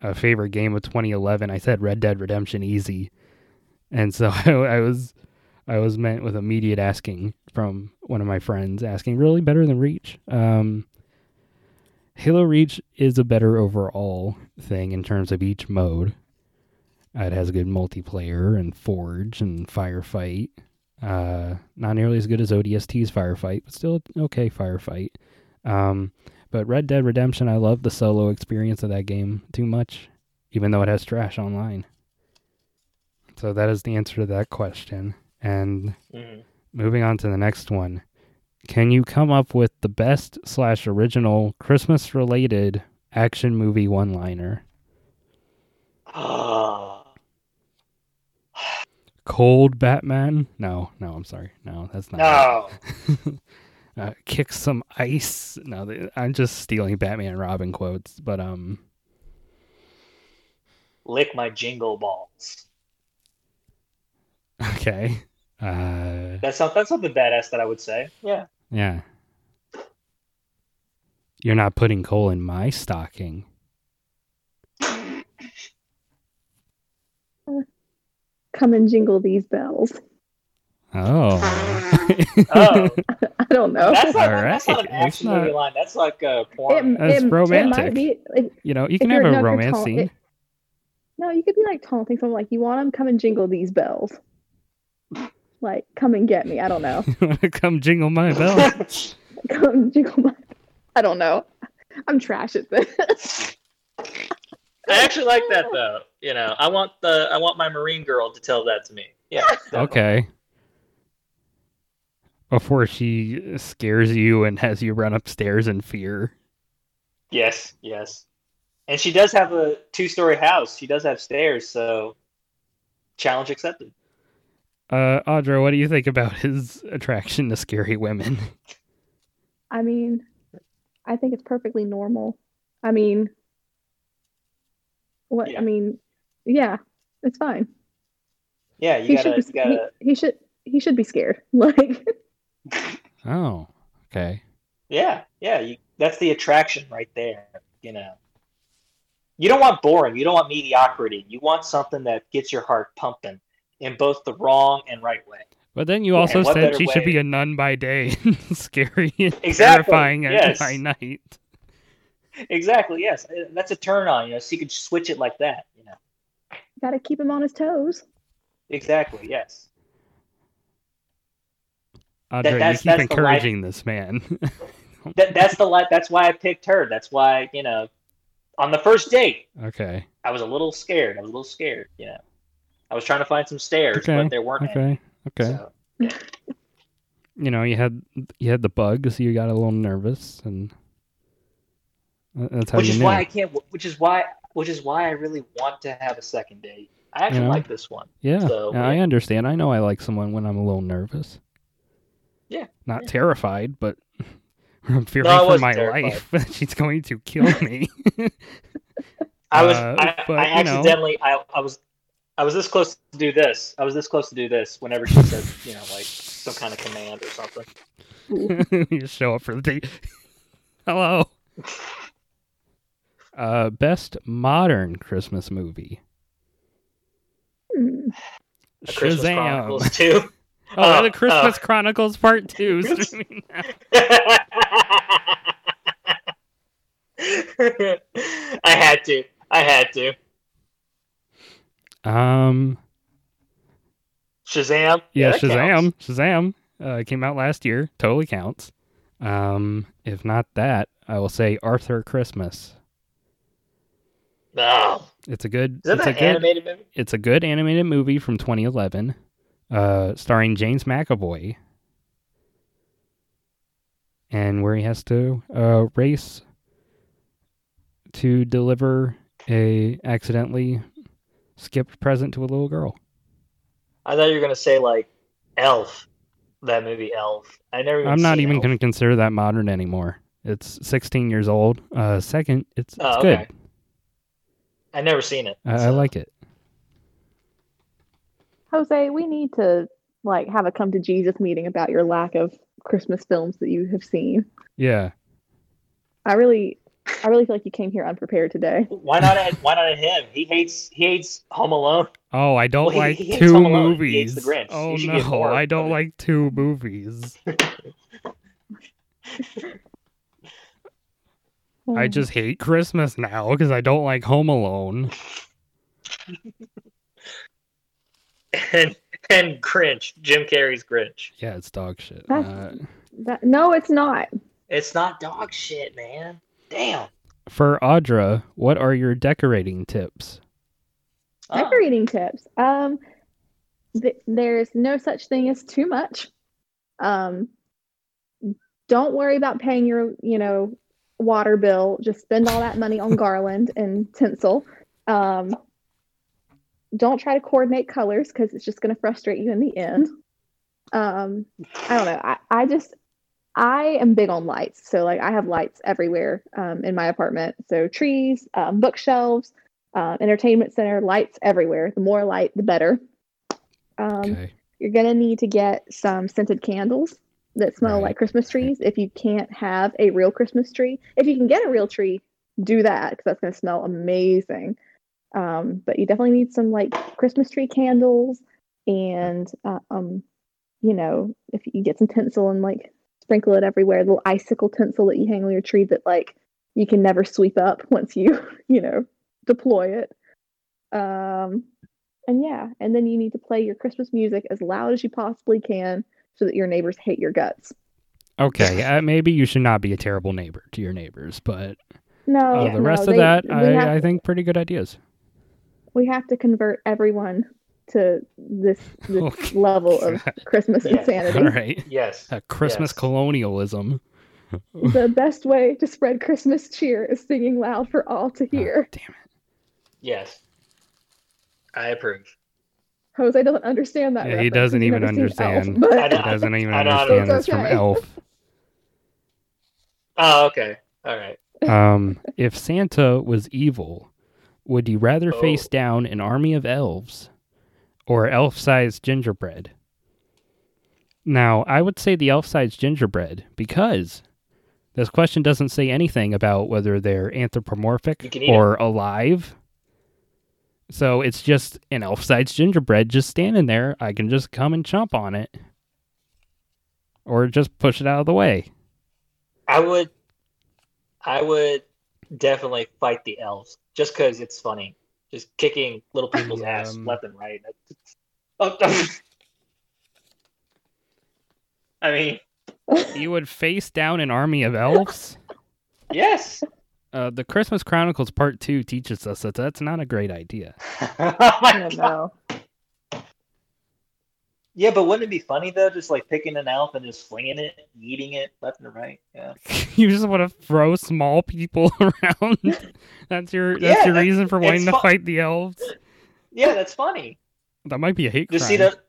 a favorite game of 2011. I said Red Dead Redemption easy, and so I, I was I was met with immediate asking from one of my friends asking really better than Reach. Um, Halo Reach is a better overall thing in terms of each mode. Uh, It has good multiplayer and forge and firefight. Uh, not nearly as good as ODST's firefight, but still an okay firefight. Um, but Red Dead Redemption, I love the solo experience of that game too much, even though it has trash online. So that is the answer to that question. And Mhm. moving on to the next one. Can you come up with the best slash original Christmas related action movie one liner? Mm-hmm. Ah. Cold Batman? No, no, I'm sorry. No, that's not. it. no. uh, kick some ice. No, th- I'm just stealing Batman and Robin quotes, but um, Lick my jingle balls. okay. Uh, That's not, that's something badass that I would say. Yeah. yeah. You're not putting coal in my stocking. Oh, Come and jingle these bells. Oh. Oh, I don't know. that's not, All that's not an right. It's action not- movie line. That's like a it, porn. That's it, It romantic. might be, it, you know, you If can have you're- no, a if you're romance tall- scene. it- no, you could be like taunting someone like, you want them? Come and jingle these bells. Like, come and get me. I don't know. You want to come jingle my bell? come jingle my. I don't know. I'm trash at this. I actually like that though. You know, I want the I want my marine girl to tell that to me. Yeah. definitely. okay. Before she scares you and has you run upstairs in fear. Yes. Yes. And she does have a two-story house. She does have stairs, so challenge accepted. Uh, Audra, what do you think about his attraction to scary women? I mean, I think it's perfectly normal. I mean, what? Yeah. I mean, yeah, it's fine. Yeah, you he gotta, should you be. he- gotta, He, should. He should be scared. Like, Oh, okay. yeah, yeah. You, that's the attraction right there. You know, you don't want boring. You don't want mediocrity. You want something that gets your heart pumping in both the wrong and right way. But then you Yeah, also what said better she should way? be a nun by day, scary and Exactly, terrifying at- yes. by night. Exactly. Yes, that's a turn on. You know, so you could switch it like that. You know. gotta keep him on his toes. Exactly. Yes. Audra, that's- you that's keep the encouraging this man. That that's the li- that's why I picked her. That's why you know, on the first date, okay. I was a little scared. I was a little scared. You know, I was trying to find some stairs, Okay, but there weren't any. Okay. Okay. So, you know, you had you had the bug, so you got a little nervous, and tha- that's how which you is knew. why I can't. Which is why. Which is why I really want to have a second date. I actually Yeah. like this one. yeah, so, yeah, I yeah. understand. I know I like someone when I'm a little nervous. Yeah, not yeah. terrified, but I'm fearing I for wasn't my terrified. life that she's going to kill me. I was. Uh, I, but, I you know. accidentally. I, I was. I was this close to do this. I was this close to do this. Whenever she said, you know, like some kind of command or something. you just show up for the date. Hello. Uh, best modern Christmas movie. Mm. A Christmas Shazam. Chronicles too. Oh, Uh, the Christmas Chronicles Part Two. Christmas- streaming now. I had to. I had to. um, Shazam. yeah, that counts. Shazam. Shazam uh, came out last year. Totally counts. Um, if not that, I will say Arthur Christmas. No. It's a good. Is that it's a an good. animated movie? It's a good animated movie from 2011, uh, starring James McAvoy, and where he has to uh, race to deliver a accidentally skipped present to a little girl. I thought you were gonna say like Elf. That movie Elf. I never. Even I'm not seen even Elf. going to consider that modern anymore. It's 16 years old. Uh, second, it's, it's Oh, okay. good. I never seen it. I, I so. like it. Jose, we need to like have a come to Jesus meeting about your lack of Christmas films that you have seen. Yeah. I really, I really feel like you came here unprepared today. Why not? Add, why not add him? He hates. He hates Home Alone. Oh, I don't Well, he- like he hates two Home Alone. He hates movies. The Grinch. Oh You should get no, more I of don't it. like two movies. I Mm. Um, just hate Christmas now because I don't like Home Alone. And and Grinch. Jim Carrey's Grinch. Yeah, it's dog shit. Uh, That's- that, no, it's not. It's not dog shit, man. Damn. for Audra, what are your decorating tips? Oh. Decorating tips. Um, th- there's no such thing as too much. Um, don't worry about paying your, you know, water bill. Just spend all that money on garland and tinsel. Um, don't try to coordinate colors because it's just going to frustrate you in the end. Um, I don't know. I, I just I am big on lights. So like I have lights everywhere um, in my apartment. So trees, um, bookshelves, um, entertainment center, lights everywhere. The more light, the better. Um, Okay. You're gonna need to get some scented candles that smell Right. like Christmas trees. If you can't have a real Christmas tree, if you can get a real tree, do that because that's gonna smell amazing. Um, but you definitely need some like Christmas tree candles, and uh, um, you know, if you get some tinsel and like sprinkle it everywhere, little icicle tinsel that you hang on your tree that like you can never sweep up once you you know deploy it. Um, and yeah, and then you need to play your Christmas music as loud as you possibly can so that your neighbors hate your guts. Okay. Uh, maybe you should not be a terrible neighbor to your neighbors, but No, uh, Oh, no, the rest of they- that, we I, have, I think pretty good ideas. we have to convert everyone to this this Okay. level of Christmas Yeah. insanity. All right. Oh, Yes. Uh, Christmas Yes. colonialism. The best way to spread Christmas cheer is singing loud for all to Oh, hear. damn it. Yes. I approve. Jose doesn't understand that. Oh. Yeah, he reference. doesn't He's even never seen understand. Elf, I but don't- He doesn't even I don't know. understand this from It's okay. Elf. Oh, okay. All right. Um, if Santa was evil, would you rather Oh. face down an army of elves or elf sized gingerbread? Now, I would say the elf sized gingerbread because this question doesn't say anything about whether they're You anthropomorphic can eat or alive. So it's just an elf sized gingerbread just standing there. I can just come and chomp on it or just push it out of the way. I would. I would definitely fight the elves just because it's funny. Just kicking little people's ass Um, left and right. Oh, I mean, You would face down an army of elves? yes. Uh, the Christmas Chronicles Part Two teaches us that that's not a great idea. oh my I don't God. know. Yeah, but wouldn't it be funny though? Just like picking an elf and just flinging it, eating it left and right. Yeah. you just want to throw small people around. That's your that's Yeah, your that- reason for it's wanting to fu- fight the elves. Yeah, that's funny. That might be a hate Just see crime. that?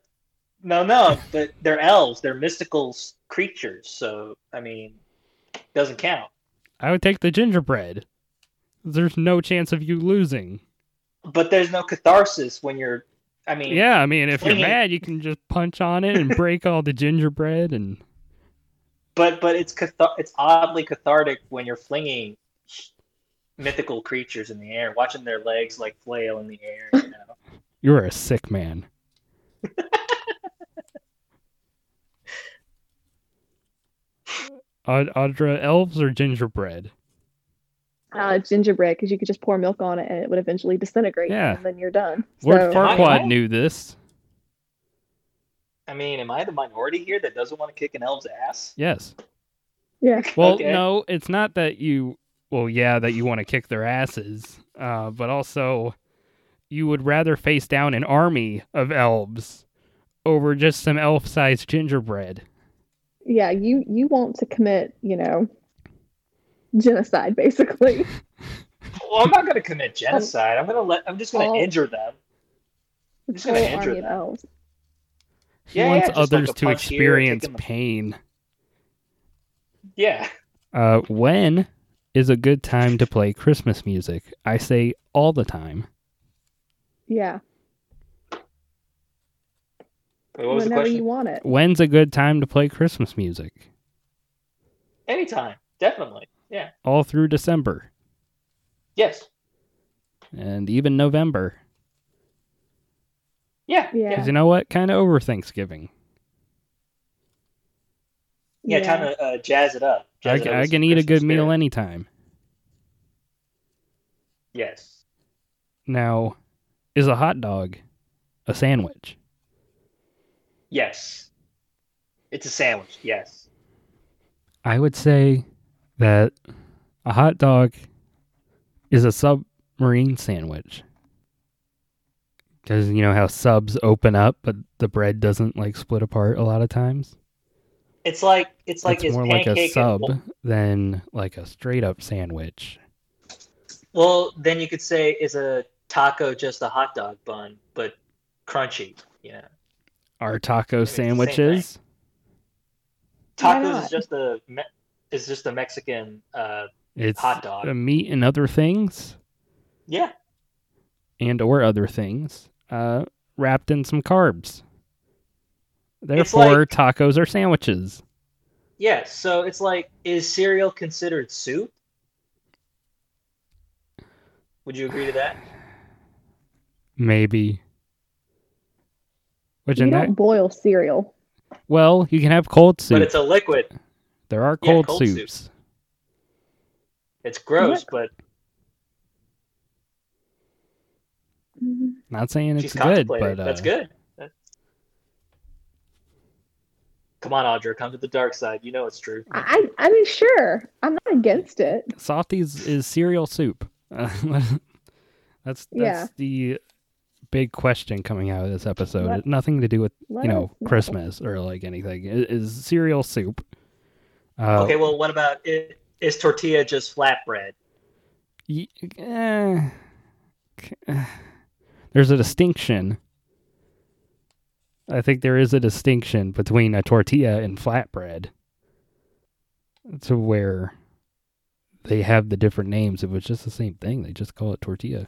No, no, but they're elves. They're mystical s- creatures. So I mean, doesn't count. I would take the gingerbread. There's no chance of you losing. But there's no catharsis when you're I mean, Yeah, I mean, if you're Swinging. mad, you can just punch on it and break all the gingerbread and but but it's cathar- it's oddly cathartic when you're flinging mythical creatures in the air, watching their legs like flail in the air. You know? you're a sick man. Aud- Audra, elves or gingerbread? Uh, gingerbread because you could just pour milk on it and it would eventually disintegrate. Yeah. And then you're done. Lord So, Farquaad knew this. I mean, am I the minority here that doesn't want to kick an elf's ass? Yes. yeah. Well, Okay. no, it's not that you. Well, yeah, that you want to kick their asses, uh, but also you would rather face down an army of elves over just some elf-sized gingerbread. Yeah. You, you want to commit, you know, genocide basically. Well, I'm not going to commit genocide. I'm going to let. I'm just going Oh. to injure them. I'm just going Whole to injure army of them. elves. He Yeah, wants yeah, just like others a to punch here, kick experience in the- pain. Yeah. Uh, when is a good time to play Christmas music? I say all the time. Yeah. Wait, what was the Whenever question? you want it. When's a good time to play Christmas music? Anytime, definitely. Yeah. All through December Yes. and even November. Yeah. Yeah. Because you know what? Kind of over Thanksgiving. Yeah. Time to uh, jazz it up. I, Jazz it up I with can some eat a good Christmas meal spirit. anytime. Yes. Now, is a hot dog a sandwich? Yes. It's a sandwich. Yes. I would say that a hot dog is a submarine sandwich. Because you know how subs open up, but the bread doesn't like split apart a lot of times. It's like it's like it's is more like a pancake and- sub than like a straight up sandwich. well, then you could say is a taco just a hot dog bun, but crunchy. You know, Are taco it's the same sandwiches? Why tacos is not? just a me- is just a Mexican. Uh, It's Hot dog. uh, meat and other things, yeah. and or other things, uh, wrapped in some carbs. It's Therefore, like- tacos are sandwiches. Yeah. So it's like is cereal considered soup? Would you agree to that? Maybe. Which You in don't that boil cereal. well, you can have cold But soup. it's a liquid. There are yeah, cold, cold soup. soups. It's gross, but Mhm. Mm-hmm. Not saying it's she's good, contemplating. but uh, That's good. That- Come on, Audra, come to the dark side. You know it's true. I, I I mean, sure. I'm not against it. Softies is cereal soup. Uh, that's that's Yeah. the big question coming out of this episode. Let- It's Nothing to do with Let you us know Christmas or like anything. It is cereal soup. Uh, Okay, well, what about i- is tortilla just flatbread? Mm-hmm. Y- eh, k- eh. there's a distinction. I think there is a distinction between a tortilla and flatbread. To where they have the different names. It was just the same thing. They just call it tortilla.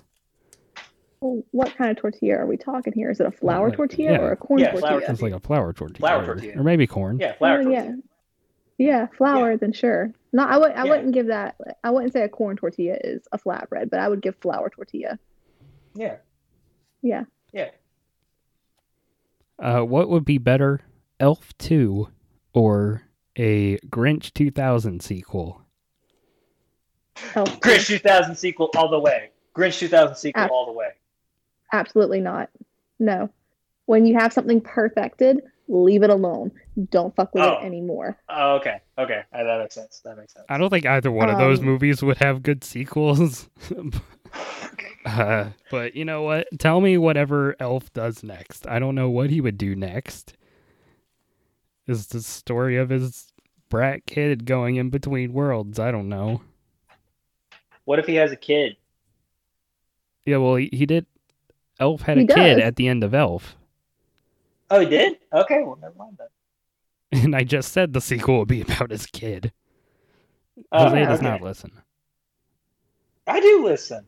Well, what kind of tortilla are we talking here? Is it a flour like- tortilla uh, yeah. or a corn Yeah, flour tortilla? It's like a flour tortilla. Flour or- tortilla. Or maybe corn. Yeah, flour Oh, tortilla. yeah. Yeah, flour. Then sure. No, I would. I Yeah. wouldn't give that. I wouldn't say a corn tortilla is a flatbread, but I would give flour tortilla. Yeah. Yeah. Yeah. Uh, what would be better, Elf 2 or a Grinch 2000 sequel? Health food. Grinch 2000 sequel all the way. Grinch 2000 sequel Ah. all the way. Absolutely not. No. When you have something perfected, leave it alone. Don't fuck with Oh. it anymore. Oh, okay. Okay. Uh, that makes sense. That makes sense. I don't think either one of those Um, movies would have good sequels. uh, but you know what? Tell me whatever Elf does next. I don't know what he would do next. Is the story of his brat kid going in between worlds? I don't know. What if he has a kid? Yeah, well, he, he did. Elf had He a kid does. at the end of Elf, Oh, he did? Okay. Well, never mind then. and I just said the sequel would be about his kid. Oh, Jose does okay. not listen. I do listen.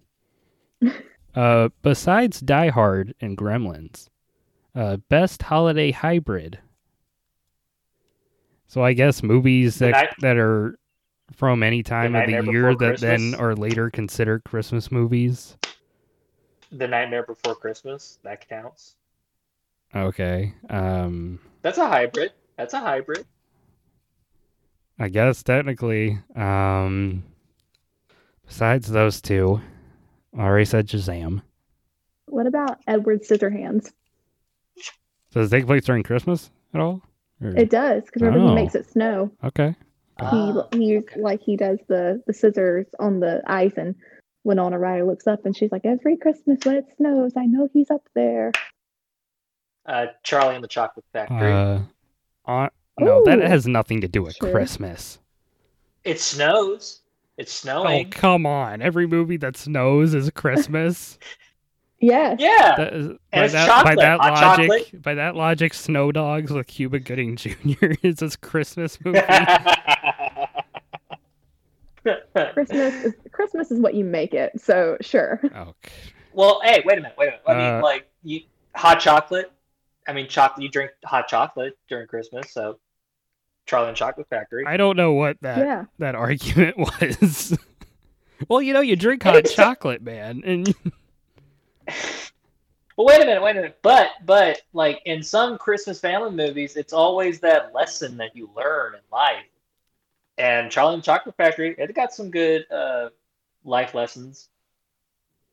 Uh, besides Die Hard and Gremlins, Uh, best holiday hybrid. So I guess movies that Night- that are from any time of Nightmare the Before year that then Christmas? are later considered Christmas movies. The Nightmare Before Christmas. That counts. Okay. Um That's a hybrid. That's a hybrid. I guess technically um besides those two, I already said Shazam. What about Edward Scissorhands? Does it take place during Christmas at all? Or- It does because remember Oh. he makes it snow. okay. he Ah, he okay. like he does the the scissors on the ice and when Winona Ryder looks up and she's like, "Every Christmas when it snows, I know he's up there." Uh, Charlie and the Chocolate Factory. Uh, on, no, that Ooh. has nothing to do with Sure. Christmas. it snows. It's Oh, snowing. come on. Every movie that snows is Christmas. Yes, yeah. That is- by, it's that, by chocolate. that Hot logic, chocolate. by that logic, Snow Dogs with Cuba Gooding Jr. is a Christmas movie. Christmas is Christmas is what you make it. So sure, oh, c- well, hey, wait a minute. Wait a minute. I mean, Uh, like, you, hot chocolate. I mean, chocolate. You drink hot chocolate during Christmas, so Charlie and Chocolate Factory. I don't know what that yeah. that argument was. well, you know, you drink It hot is- chocolate, man, and Well, wait a minute, wait a minute. But but like in some Christmas family movies, it's always that lesson that you learn in life. And Charlie and the Chocolate Factory, it got some good uh, life lessons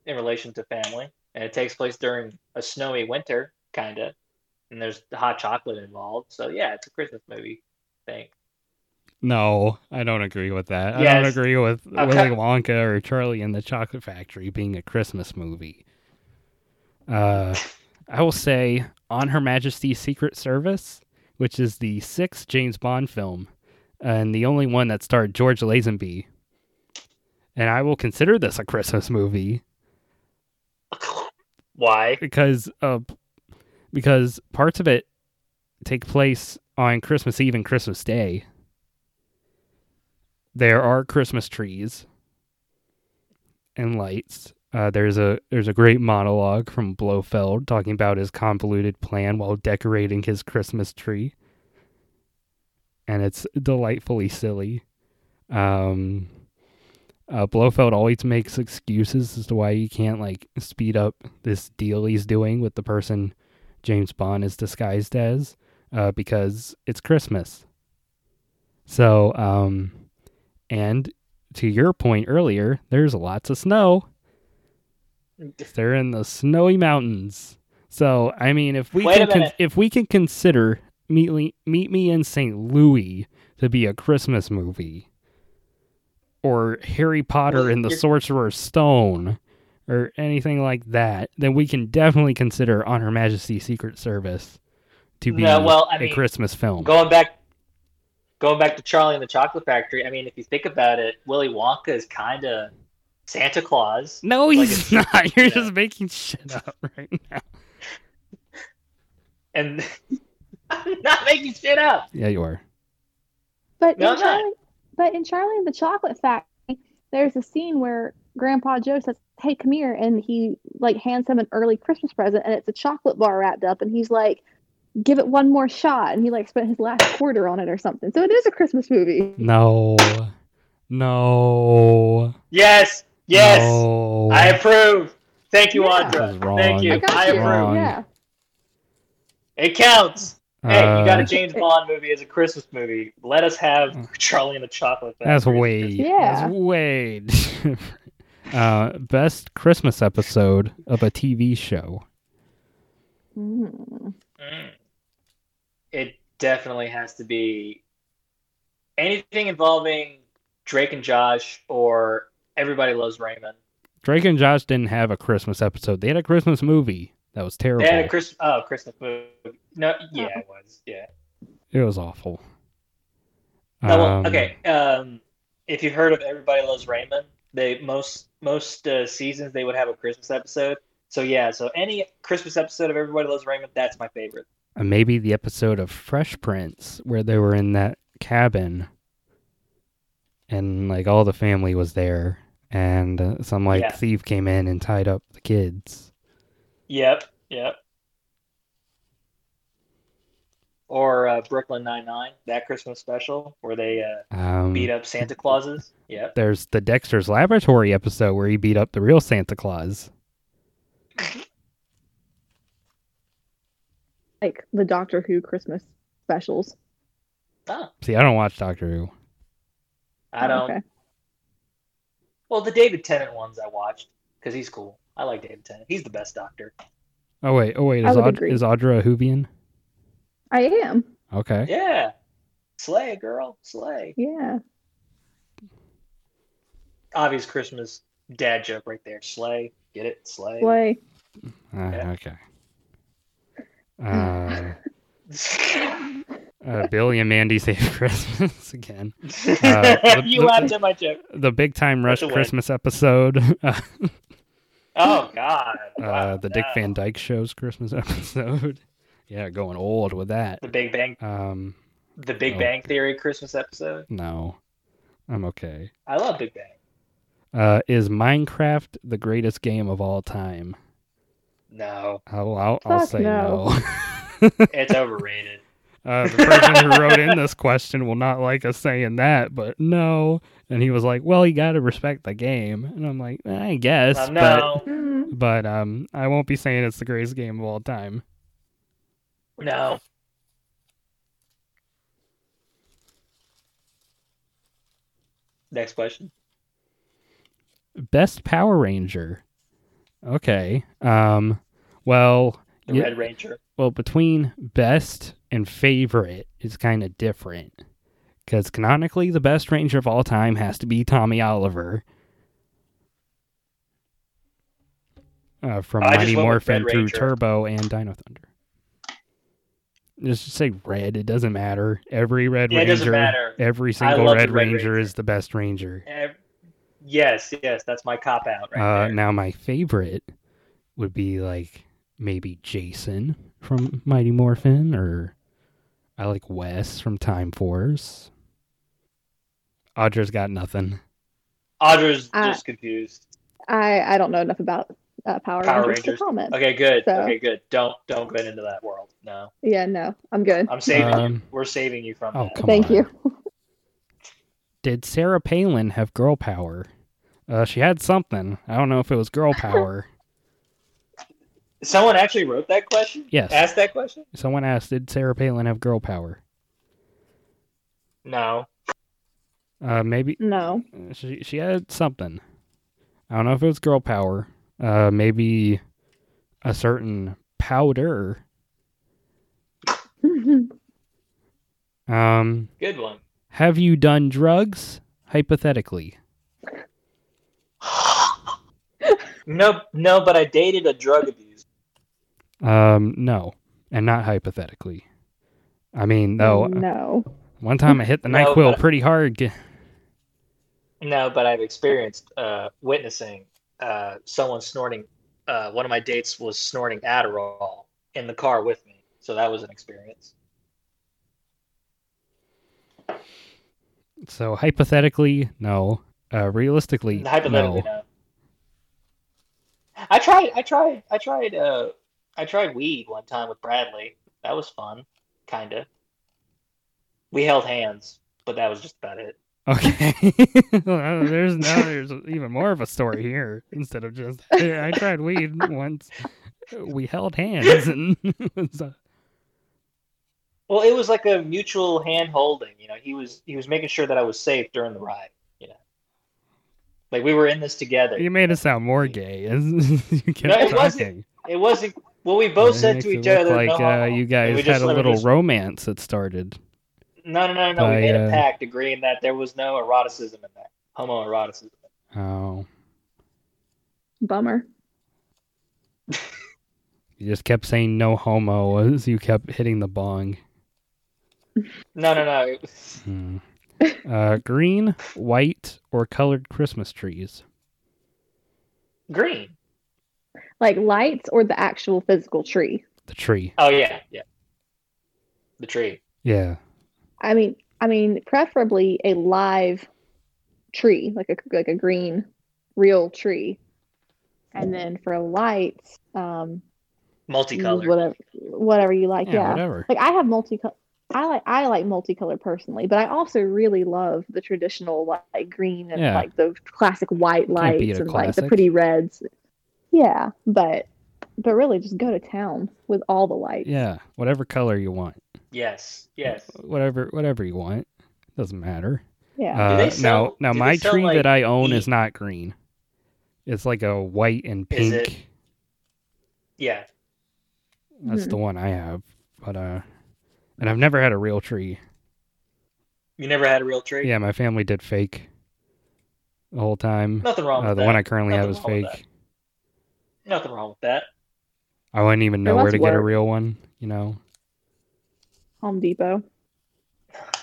in relation to family, and it takes place during a snowy winter, kind of. And there's hot chocolate involved, so yeah, it's a Christmas movie thing. no, I don't agree with that. I don't Yes. agree with Okay. Willy Wonka or Charlie and the Chocolate Factory being a Christmas movie. Uh, I will say on Her Majesty's Secret Service, which is the sixth James Bond film, and the only one that starred George Lazenby. And I will consider this a Christmas movie Why? because uh, because parts of it take place on Christmas Eve and Christmas Day. There are Christmas trees and lights. Uh, there's a there's a great monologue from Blofeld talking about his convoluted plan while decorating his Christmas tree, and it's delightfully silly. Um, uh, Blofeld always makes excuses as to why he can't like speed up this deal he's doing with the person James Bond is disguised as, uh, because it's Christmas. So, um, and to your point earlier, there's lots of snow. They're in the snowy mountains. So, I mean, if we Wait a can con- minute. if we can consider Meet, Le- Meet Me in St. Louis to be a Christmas movie, or Harry Potter Well, and the you're- Sorcerer's Stone, or anything like that, then we can definitely consider On Her Majesty's Secret Service to be No, well, I a mean, Christmas film. Going back, going back to Charlie and the Chocolate Factory. I mean, if you think about it, Willy Wonka is kind of Santa Claus. no, Like he's it's- not. You're yeah. just making shit up right now. and I'm not making shit up. Yeah, you are. But No, in I'm not. Charlie, but in Charlie and the Chocolate Factory, there's a scene where Grandpa Joe says, "Hey, come here," and he like hands him an early Christmas present, and it's a chocolate bar wrapped up, and he's like, "Give it one more shot," and he like spent his last quarter on it or something. So it is a Christmas movie. No. No. Yes, yes, No. I approve. Thank you, Yeah. This is Andra. wrong. Thank you. I I, got you. approve. wrong. Yeah. It counts. hey, you got a Uh, James Bond movie as a Christmas movie. Let us have Charlie and the Chocolate Factory. That's way. Yeah. That's way. different. uh, best Christmas episode of a TV show. Mm. Mm. It definitely has to be anything involving Drake and Josh or Everybody Loves Raymond. Drake and Josh didn't have a Christmas episode. They had a Christmas movie that was terrible. Uh-huh. They had a Chris. Oh, Christmas movie. No, yeah, it was. Yeah. It was awful. No, well, Um, okay. Um, if you've heard of Everybody Loves Raymond, they most most uh, seasons they would have a Christmas episode. So yeah, so any Christmas episode of Everybody Loves Raymond, that's my favorite. uh, Maybe the episode of Fresh Prince where they were in that cabin, and like all the family was there, and uh, some like Yeah. thief came in and tied up the kids. Yep, yep. or uh, Brooklyn Nine Nine, that Christmas special where they uh, Um, beat up Santa Clauses. Yep. There's the Dexter's Laboratory episode where he beat up the real Santa Claus. like the Doctor Who Christmas specials. Ah, See, I don't watch Doctor Who. Oh, I don't. Okay. Well, the David Tennant ones I watched because he's cool. I like David Tennant. He's the best doctor. Oh wait, oh wait, I is, would Aud- agree. is Audra a Hoovian? I am. Okay. Yeah. Slay, girl. Slay. Yeah. Obvious Christmas dad joke right there. Slay. Get it? Slay. Play. Uh, Yeah. Okay. Uh, uh, Billy and Mandy save Christmas again. the- you the- laughed at my joke. The Big Time Rush a win. Christmas episode. Uh, Oh, God. Wow, Uh, the Dick no. Van Dyke Show's Christmas episode. yeah, going old with that. The Big Bang. Um, The Big Oh. Bang Theory Christmas episode. no, I'm okay. I love Big Bang. Uh, is Minecraft the greatest game of all time? No, I'll, I'll, I'll Fuck say no. no. it's overrated. Uh, the person who wrote in this question will not like us saying that, but no. And he was like, "Well, you got to respect the game." And I'm like, "I guess, Uh, no, Mm. but but um, I won't be saying it's the greatest game of all time." no. Next question. Best Power Ranger. Okay. Um. Well, The Yeah. Red Ranger. well, between best and favorite is kind of different, because canonically, the best Ranger of all time has to be Tommy Oliver. Uh, from I just Mighty went with Morphin Red through Ranger. Turbo and Dino Thunder. Just say red. It doesn't matter. Every Red Yeah, it Ranger, doesn't matter. every I single love the Red, Red Ranger, Ranger. is the best Ranger. Ev- yes, yes, that's my cop out right uh, there. now my favorite would be like maybe Jason from Mighty Morphin, or I like Wes from Time Force. Audra's got nothing. Audra's Uh, just confused. I I don't know enough about uh, Power, Power Rangers, Rangers. to comment. Okay, good. so- Okay, good. Don't don't get into that world. No, Yeah, no, I'm good. I'm saving you. Um, We're saving you from oh, that. come Thank on. you. Did Sarah Palin have girl power? Uh, she had something. I don't know if it was girl power. Someone actually wrote that question. Yes. Asked that question. Someone asked, "Did Sarah Palin have girl power?" No. Uh, maybe No. she she had something. I don't know if it was girl power. Uh, maybe a certain powder. Um, Good one. have you done drugs? Hypothetically, no, no, but I dated a drug abuser. um, no, and not hypothetically. I mean, though, No. one time I hit the Mm. No, Nyquil but- pretty hard. g- No, but I've experienced uh, witnessing uh, someone snorting. Uh, one of my dates was snorting Adderall in the car with me, so that was an experience. So hypothetically, no. Uh, realistically, Hypothetically, no. no. I tried. I tried. I tried. Uh, I tried weed one time with Bradley. That was fun, kinda. We held hands, but that was just about it. Okay. Well, there's now there's even more of a story here instead of just "Hey, I tried weed once. We held hands and it was, uh, Well, it was like a mutual hand holding. You know, he was he was making sure that I was safe during the ride. You know, like we were in this together. you made it sound more gay as you kept it wasn't. talking. It wasn't. Well, we both said It to makes each it look other, like no, uh, homo." you And guys we had just a let it little just- romance that started. No, no, no, no. by, we made uh, a pact agreeing that there was no eroticism in that homoeroticism. Oh, Bummer. you just kept saying no homo as you kept hitting the bong. No, no, no. it was- Hmm. Uh, green, white, or colored Christmas trees. Green. Like lights or the actual physical tree. The tree. Oh yeah, yeah. The tree. Yeah. I mean, I mean, preferably a live tree, like a like a green, real tree. And then for lights, um, multicolored. whatever whatever you like. yeah. whatever. like I have multicolor. I like I like multicolor personally, but I also really love the traditional like green and Yeah. like the classic white Can't beat lights a and like the classic. pretty reds. Yeah, but but really just go to town with all the lights. Yeah, whatever color you want. Yes, yes. Whatever, whatever you want. Doesn't matter. Yeah. Do they Uh, sell- now, now do they my sell, tree like, that I own meat? is not green. It's like a white and Is pink. it- Yeah. Hmm. That's the one I have. But uh, and I've never had a real tree. You never had a real tree? Yeah, my family did fake the whole time. Nothing wrong Uh, with the that. one I currently have Nothing wrong is with fake. Nothing wrong with that. I wouldn't even There know where must to get a work. real one. You know. Home Depot.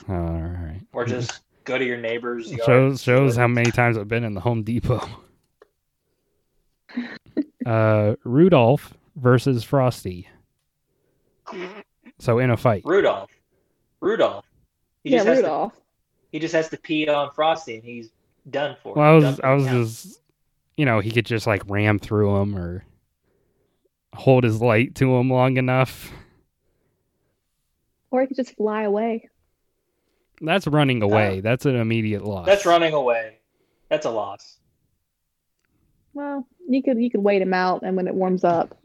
Uh, all right. Or just go to your neighbor's yard. shows shows how many times I've been in the Home Depot. uh, Rudolph versus Frosty. So in a fight. Rudolph. Rudolph. He yeah, just has to- Rudolph. he just has to pee on Frosty and he's done for. Well, I Done was for I was now. just, you know, he could just like ram through him or hold his light to him long enough. Or he could just fly away. That's running away. That's an immediate loss. Uh, That's running away. That's a loss. Well, you could you could wait him out and when it warms up,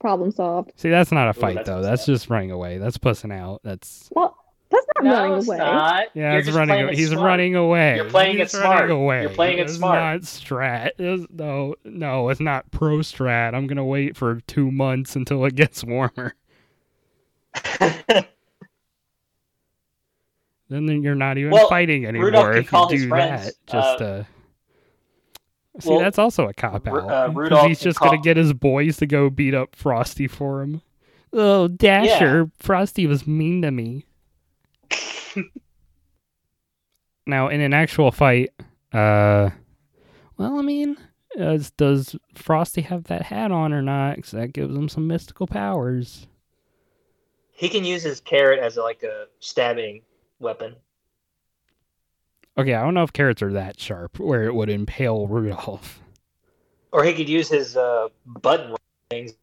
problem solved. See, that's not a Ooh, fight that's though. what's That's up. just running away. That's pussing out. That's Well, that's not running no, it's away. not. yeah, You're it's just running. playing a- it He's smart. running away. You're playing it He's smart. running away. You're playing it It's smart. Not strat. It's- no, no, it's not pro strat. I'm gonna wait for two months until it gets warmer. Then you're not even Well, fighting anymore Rudolph could if call you his do friends, that. Just uh, see, well, that's also a cop Ru- out. uh, 'cause Rudolph he's could just call- gonna get his boys to go beat up Frosty for him. Oh, Dasher, Frosty was mean to me. now, in an actual fight, uh, well, I mean, uh, does Frosty have that hat on or not? 'Cause that gives him some mystical powers. he can use his carrot as like a stabbing weapon. Okay, I don't know if carrots are that sharp where it would impale Rudolph. Or he could use his uh, button things.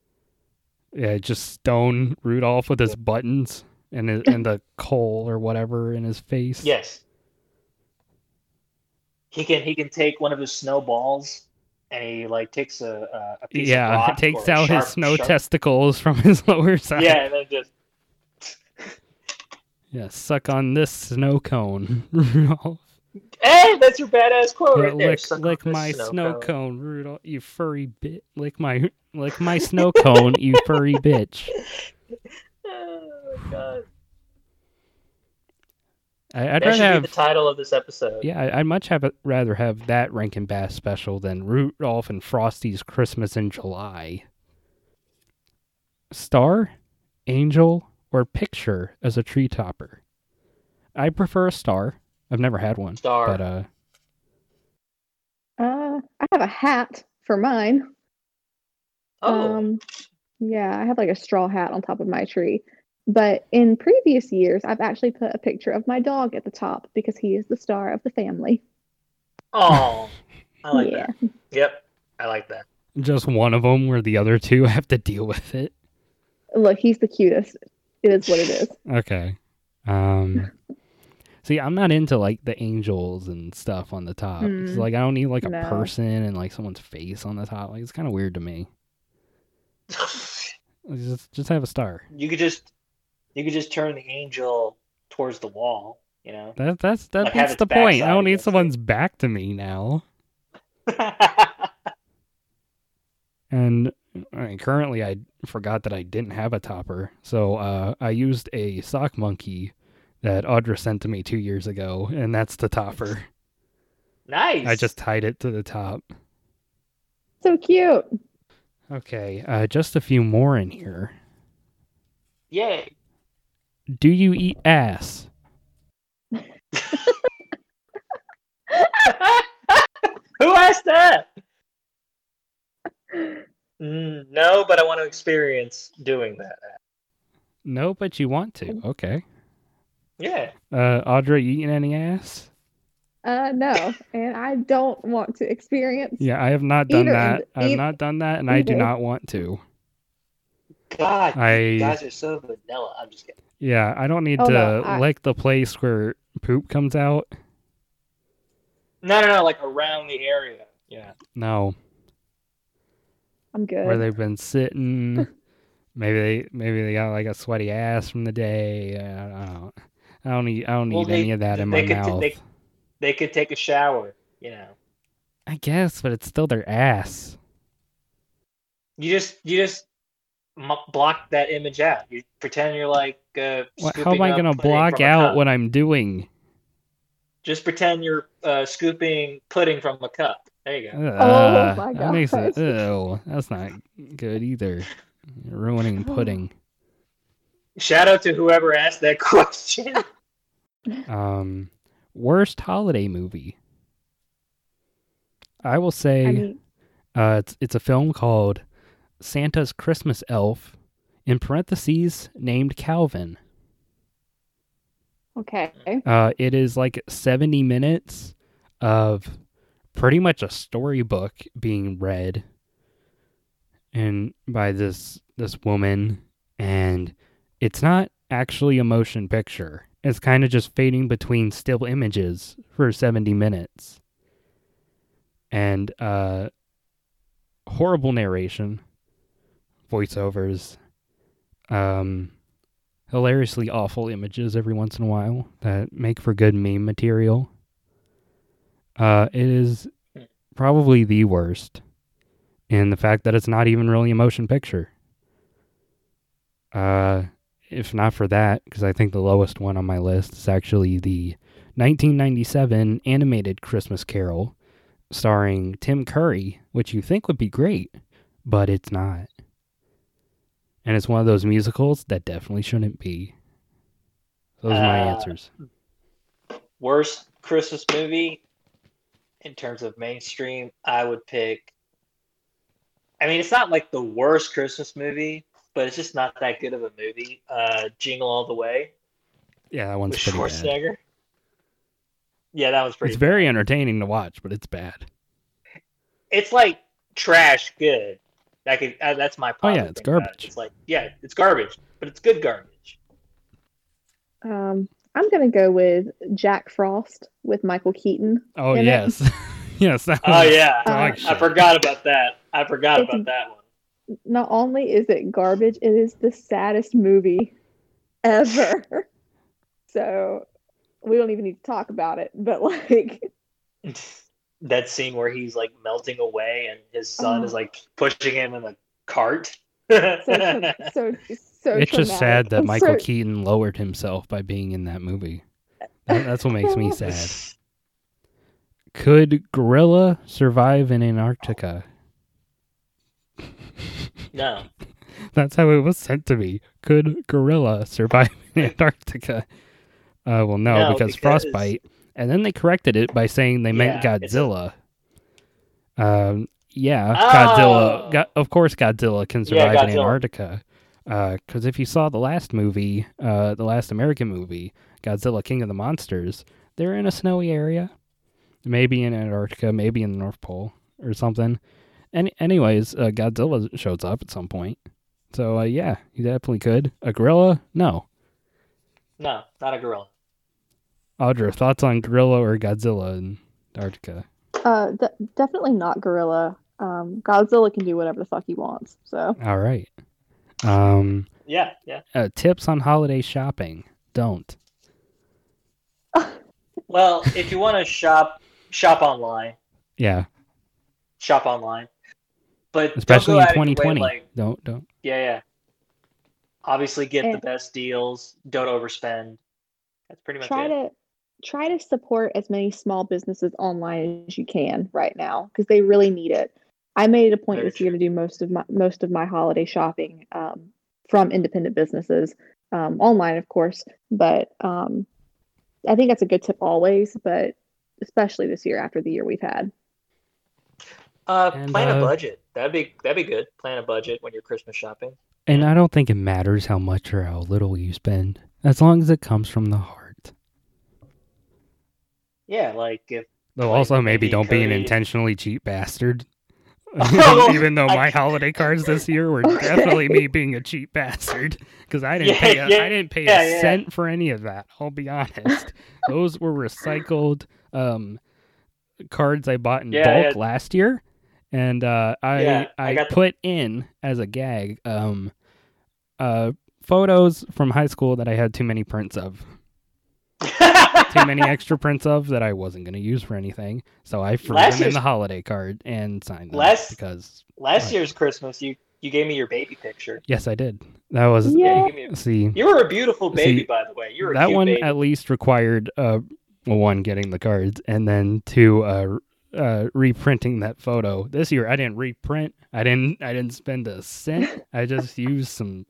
Yeah, just stone Rudolph with his buttons and his, and the coal or whatever in his face. Yes. He can he can take one of his snowballs and he like takes a a, a piece of yeah, rock takes or a out sharp- his snow sharp- testicles from his lower side. Yeah, and then just yeah, suck on this snow cone, Rudolph. hey, that's your badass quote Yeah, Oh, right there. lick, Suck on lick this my snow, cone. cone. Rudolph. You furry bit. Lick my lick my snow cone, you furry bitch. Oh my god. I, I'd That should rather have be the title of this episode. Yeah, I- I'd much have a, rather have that Rankin Bass special than Rudolph and Frosty's Christmas in July. Star, angel, or picture as a tree topper. I prefer a star. I've never had one, Star. but uh, Uh, I have a hat for mine. oh, Um, yeah, I have like a straw hat on top of my tree. But in previous years, I've actually put a picture of my dog at the top because he is the star of the family. oh, I like yeah. that. Yep, I like that. just one of them where the other two have to deal with it. Look, he's the cutest. It is what it is. Okay. Um, see, I'm not into like the angels and stuff on the top. It's Mm. like I don't need like a No. person and like someone's face on the top. Like it's kind of weird to me. Just, just have a star. you could just you could just turn the angel towards the wall. You know. That that's that, Like, have that's its the backside point. I don't need against it. someone's back to me now. And I mean, currently, I forgot that I didn't have a topper, so uh, I used a sock monkey that Audra sent to me two years ago, and that's the topper. nice. I just tied it to the top. So cute. Okay, uh, just a few more in here. yay. Do you eat ass? Who asked that? Mm, no, but I want to experience doing that. No, but you want to. Oh. Okay. Yeah. Uh, Audra, you eating any ass? Uh, no, and I don't want to experience. Yeah, I have not done Either that. and- I've eith- not done that, and I do either. not want to. God, I- you guys are so vanilla. I'm just kidding. Yeah, I don't need Oh, to no, I- like the place where poop comes out. No, no, no. Like around the area. Yeah. No, I'm good. where they've been sitting. maybe they maybe they got like a sweaty ass from the day. I don't, I don't need I don't need Well, they- any of that in my they could t- mouth. they- They could take a shower. You know. I guess, but it's still their ass. You just you just m- block that image out. You pretend you're like. Uh, What, how scooping am I up gonna pudding block from a out cup. what I'm doing? Just pretend you're uh, scooping pudding from a cup. There you Uh, go. Ugh, Oh my That makes it, gosh. ew, that's not good either. You're ruining pudding. Shout out to whoever asked that question. Um, worst holiday movie. I will say. I mean, Uh, it's it's a film called Santa's Christmas Elf, in parentheses named Calvin. okay. Uh, it is like seventy minutes of pretty much a storybook being read, and by this this woman, and it's not actually a motion picture. It's kind of just fading between still images for seventy minutes, and uh, horrible narration, voiceovers, um, hilariously awful images every once in a while that make for good meme material. Uh, it is probably the worst in the fact that it's not even really a motion picture. Uh, if not for that, because I think the lowest one on my list is actually the 1997 animated Christmas Carol starring Tim Curry, which you think would be great, but it's not. And it's one of those musicals that definitely shouldn't be. Those are my Uh, answers. Worst Christmas movie in terms of mainstream, I would pick. I mean, it's not like the worst Christmas movie, but it's just not that good of a movie. Uh, Jingle All the Way Yeah, that one's with pretty bad. Schwarzenegger. Yeah, that was pretty. It's very entertaining to watch, but it's bad. it's like trash good. That could uh, that's my Oh, yeah, positive it's thing about it. garbage. It's like yeah, it's garbage, but it's good garbage. Um, I'm gonna go with Jack Frost with Michael Keaton. Oh And it- yes, yes. That Oh was- yeah, Dog I shit. forgot about that. I forgot Uh, It's- about that one. Not only is it garbage, it is the saddest movie ever. so we don't even need to talk about it. But like, that scene where he's like melting away and his son Oh. is like pushing him in a cart. so tra- so so. It's just sad traumatic. that Michael So- Keaton lowered himself by being in that movie. That- that's what makes me sad. Could gorilla survive in Antarctica? no. That's how it was sent to me. Could gorilla survive in Antarctica? Uh, well, no, No, because, because- frostbite. And then they corrected it by saying they meant Yeah, it's a- Godzilla. Um, yeah, Oh! Godzilla. Go- of course, Godzilla can Yeah, survive in Godzilla. Antarctica. Because if you saw the last movie, uh, the last American movie, Godzilla King of the Monsters, they're in a snowy area, maybe in Antarctica, maybe in the North Pole or something. And anyways, uh, Godzilla shows up at some point. So uh, yeah, you definitely could. A gorilla? No. No, not a gorilla. Audra, thoughts on gorilla or Godzilla in Antarctica? Uh, de- definitely not gorilla. Um, Godzilla can do whatever the fuck he wants. So All right. Um, Yeah, yeah. uh, tips on holiday shopping. Don't. Well, if you want to shop, shop online. Yeah, Shop online. But especially in don't go out of your way, 2020. like, Don't don't. yeah, yeah. Obviously, get Yeah. the best deals. Don't overspend. That's pretty much try it. to try to support as many small businesses online as you can right now because they really need it. I made it a point Very this year to do most of my most of my holiday shopping um, from independent businesses um, online, of course. But um, I think that's a good tip always, but especially this year after the year we've had. Uh, And, plan uh, a budget. That'd be that'd be good. Plan a budget when you're Christmas shopping. And I don't think it matters how much or how little you spend, as long as it comes from the heart. Yeah, like if Though Like, also maybe maybe don't be an Cody- intentionally cheap bastard. Oh, Even though I- my holiday cards this year were Okay. definitely me being a cheap bastard because I didn't Yeah, pay a, yeah, I didn't pay yeah, a yeah. cent for any of that. I'll be honest. Those were recycled um, cards I bought in Yeah, bulk yeah. last year, and uh, I Yeah, I I, got the- put in as a gag um, uh, photos from high school that I had too many prints of. too many extra prints of that I wasn't going to use for anything. So I threw Last them in year's- the holiday card and signed them Last- because Last year's Christmas, you you gave me your baby picture. yes, I did. That was Yeah. you, gave me- see you were a beautiful baby, See, by the way. You were a that cute one baby. at least required uh well, one getting the cards and then two uh r- uh reprinting that photo. This year I didn't reprint. I didn't I didn't spend a cent. I just used some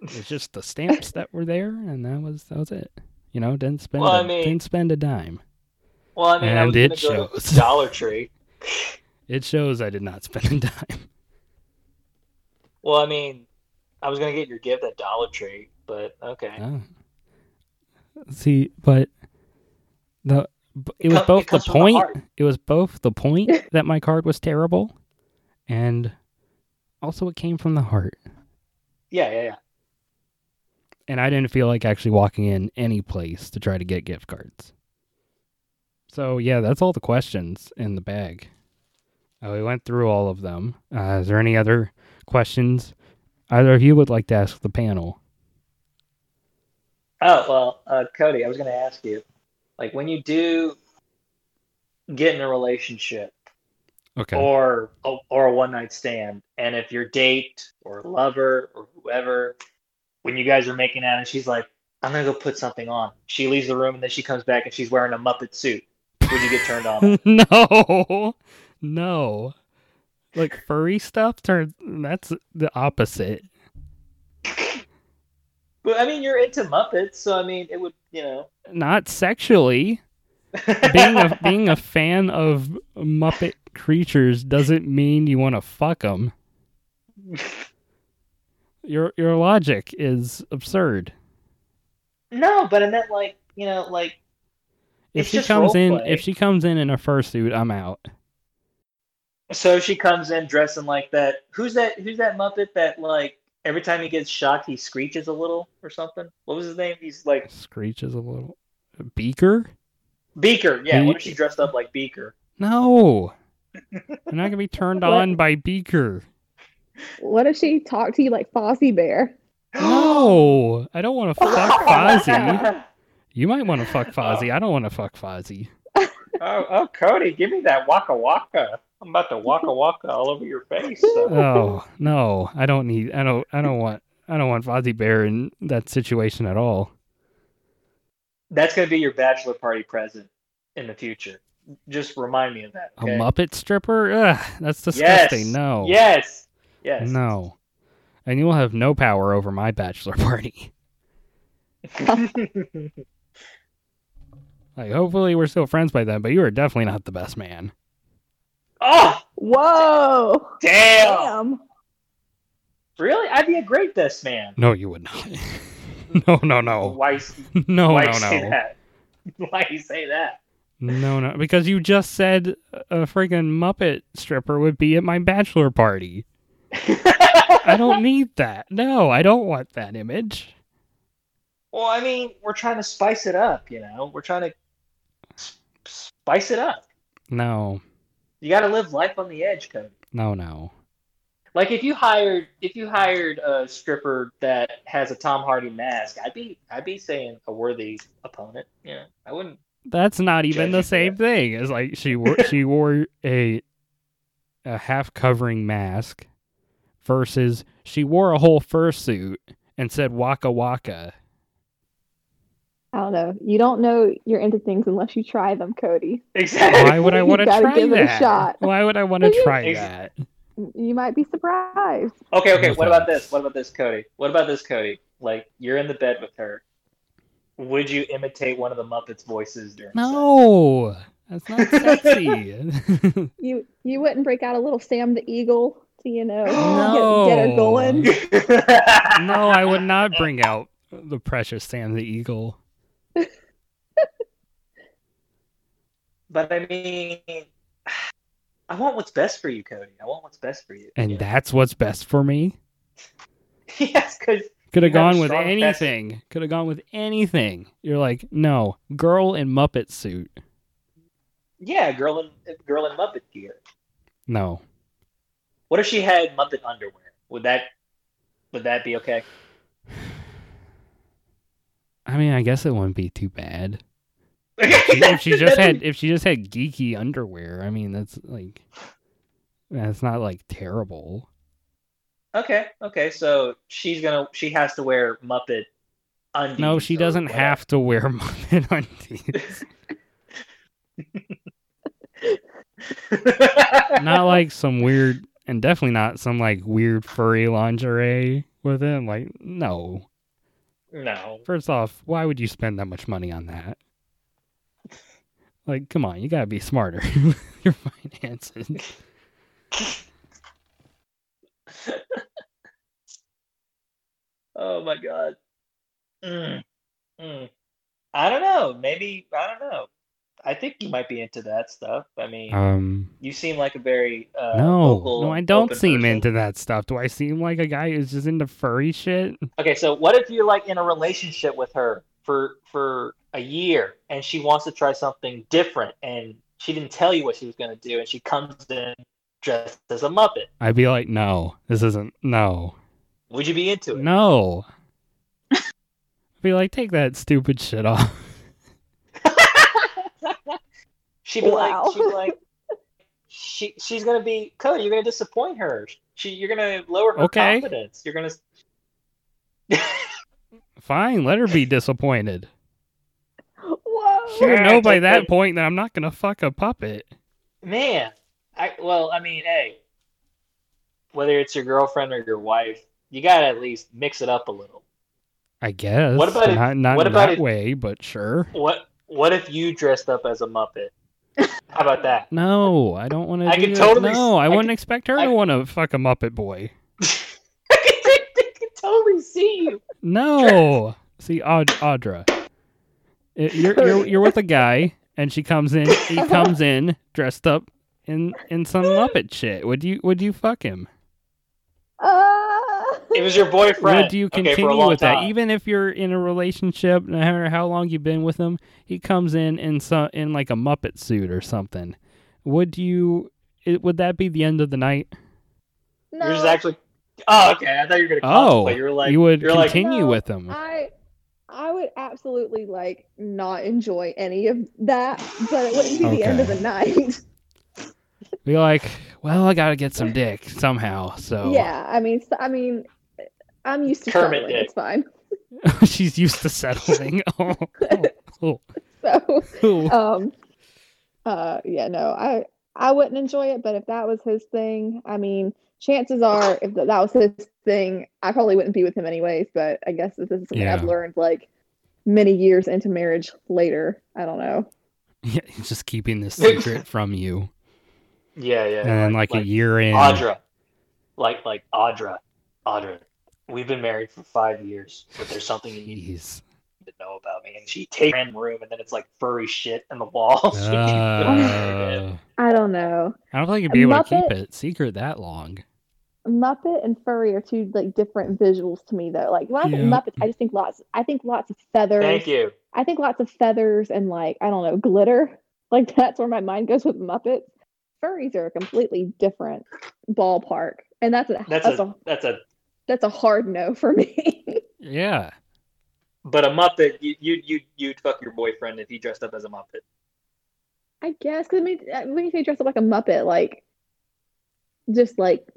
it's just the stamps that were there and that was that was it. You know, didn't spend Well, I a, mean- didn't spend a dime. well, I mean, I and was it gonna go to shows. Dollar Tree. It shows I did not spend a dime. Well, I mean, I was gonna get your gift at Dollar Tree, but okay. Oh. See, but the b- it was com- both it the comes from the point. heart. it was both the point that my card was terrible, and also it came from the heart. Yeah, yeah, yeah. And I didn't feel like actually walking in any place to try to get gift cards. So yeah, that's all the questions in the bag. Uh, we went through all of them. Uh, is there any other questions either of you would like to ask the panel? Oh well, uh, Cody, I was gonna ask you, like, when you do get in a relationship, Okay. or a- or a one night stand. And if your date or lover or whoever, when you guys are making out and she's like, "I'm gonna go put something on," she leaves the room and then she comes back and she's wearing a Muppet suit. Would you get turned on? no, no. Like furry stuff turns. That's the opposite. But I mean, you're into Muppets, so I mean, it would you know. Not sexually. Being a being a fan of Muppet creatures doesn't mean you want to fuck them. Your your logic is absurd. no, but I meant like you know like. If It's she just comes in, roleplay. if she comes in in a fursuit, I'm out. So she comes in dressing like that. Who's that? Who's that Muppet that like every time he gets shocked he screeches a little or something? What was his name? He's like Screeches a little. Beaker? Beaker. Yeah. What if Be- she dressed up like Beaker? No. I'm not gonna be turned What? on by Beaker. What if she talked to you like Fozzie Bear? No, I don't want to Oh, fuck Fozzie. You might want to fuck Fozzie. I don't want to fuck Fozzie. Oh, oh, Cody, give me that waka waka. I'm about to waka waka all over your face. Oh no, I don't need. I don't. I don't want. I don't want Fozzie Bear in that situation at all. That's going to be your bachelor party present in the future. Just remind me of that. A Okay? Muppet stripper? Ugh, that's disgusting. No. Yes. Yes. No. And you will have no power over my bachelor party. Like, hopefully, we're still friends by then. But you are definitely not the best man. oh, Whoa! damn. Damn! Really? I'd be a great best man. No, you would not. no, no, no, Why, s- no, why Oh, no, say no. that? Why you say that? No, no, because you just said a friggin' Muppet stripper would be at my bachelor party. I don't need that. No, I don't want that image. well, I mean, we're trying to spice it up, you know? We're trying to s- spice it up. No, You got to live life on the edge, Cody. no, no. Like if you hired if you hired a stripper that has a Tom Hardy mask, I'd be I'd be saying a worthy opponent. You know, I wouldn't. That's not even the Judging same thing. It's like she wore she wore a a half covering mask versus she wore a whole fursuit and said waka waka. I don't know. You don't know you're into things unless you try them, Cody. Exactly. Why would I You want to gotta try give it a that? shot. Why would I want to try Ex- that? You might be surprised. Okay, okay. No What about thanks. this? What about this, Cody? What about this, Cody? Like you're in the bed with her. Would you imitate one of the Muppets' voices during? No, that's not sexy. You you wouldn't break out a little Sam the Eagle to you know No. get, get her going. sex? no, I would not bring out the precious Sam the Eagle. But I mean, I want what's best for you, Cody. I want what's best for you. and that's what's best for me. yes, because Could have You have gone with strong best- anything. Could have gone with anything. You're like, no, girl in Muppet suit. yeah, girl in girl in Muppet gear. No, What if she had Muppet underwear? Would that would that be okay? I mean, I guess it wouldn't be too bad if she just had if she just had geeky underwear. I mean, that's like, that's not like terrible. Okay, okay. So she's gonna she has to wear Muppet undies. No, she or doesn't whatever. have to wear Muppet undies. not like some weird, and definitely not some like weird furry lingerie with it. I'm like, no. no. First off, why would you spend that much money on that? Like, come on, you gotta be smarter with your finances. Oh my god. Mm. Mm. I don't know. Maybe I don't know. I think you might be into that stuff. I mean, Um, you seem like a very uh, no, vocal, no, I don't open seem person. into that stuff. Do I seem like a guy who's just into furry shit? Okay, so what if you're like in a relationship with her for for a year and she wants to try something different and she didn't tell you what she was gonna do and she comes in dressed as a Muppet. I'd be like, no, this isn't. No, Would you be into it? no. I'd be like, take that stupid shit off. she'd be Wow. like she'd be like she she's gonna be Cody, you're gonna disappoint her. She you're gonna lower her Okay. confidence. You're gonna Fine, let her be disappointed. Whoa. She would Yeah, know by take that that- point that I'm not gonna fuck a puppet. Man, I well, I mean, hey, whether it's your girlfriend or your wife, you gotta at least mix it up a little. I guess. What about if- not, not what in about that if- way, but sure. What what if you dressed up as a Muppet? How about that? No, I don't want to. I do could that. totally s- No, I, I wouldn't could- expect her I- to want to fuck a Muppet boy. I can totally see you. No. See, Aud- Audra, i- you're, you're you're with a guy, and she comes in. He comes in dressed up in in some Muppet shit. Would you would you fuck him? Uh, It was your boyfriend. Would you okay, for a continue long with that? time. Even if you're in a relationship, no matter how long you've been with him, he comes in in some in like a Muppet suit or something. Would you? It, would that be the end of the night? no, You're just actually. Oh, okay. I thought you were gonna. Oh, contemplate. you were like you would You're like. continue No, with him. I I would absolutely like not enjoy any of that, but it wouldn't be the end of Okay. the night. Be like, well, I gotta get some dick somehow. So Yeah, I mean, so, I mean, I'm used to Kermit settling. did. It's fine. she's used to settling. oh, oh, oh, So, oh. um, uh, yeah, no, I I wouldn't enjoy it. But if that was his thing, I mean, chances are, if that was his thing, I probably wouldn't be with him anyways. But I guess this is something I've Yeah. learned like many years into marriage later. I don't know. Yeah, he's just keeping this secret from you, Yeah, yeah. and then like, a year in, Audra, like like Audra, Audra. We've been married for five years, but there's something you need Jeez. to know about me. And she takes her room, and then it's like furry shit in the walls. Uh, I don't know. I don't think you'd be able to keep Muppet- it secret that long. Muppet and furry are two like different visuals to me though. Like when I think Yeah. Muppets, I just think lots. I think lots of feathers. Thank you. I think lots of feathers and like I don't know glitter. Like that's where my mind goes with Muppets. Furries are a completely different ballpark, and that's a that's, That's a a, that's a that's a hard no for me. Yeah, but a Muppet. You you you you'd fuck your boyfriend if he dressed up as a Muppet. I guess because I mean uh, when you say dress up like a Muppet, like just like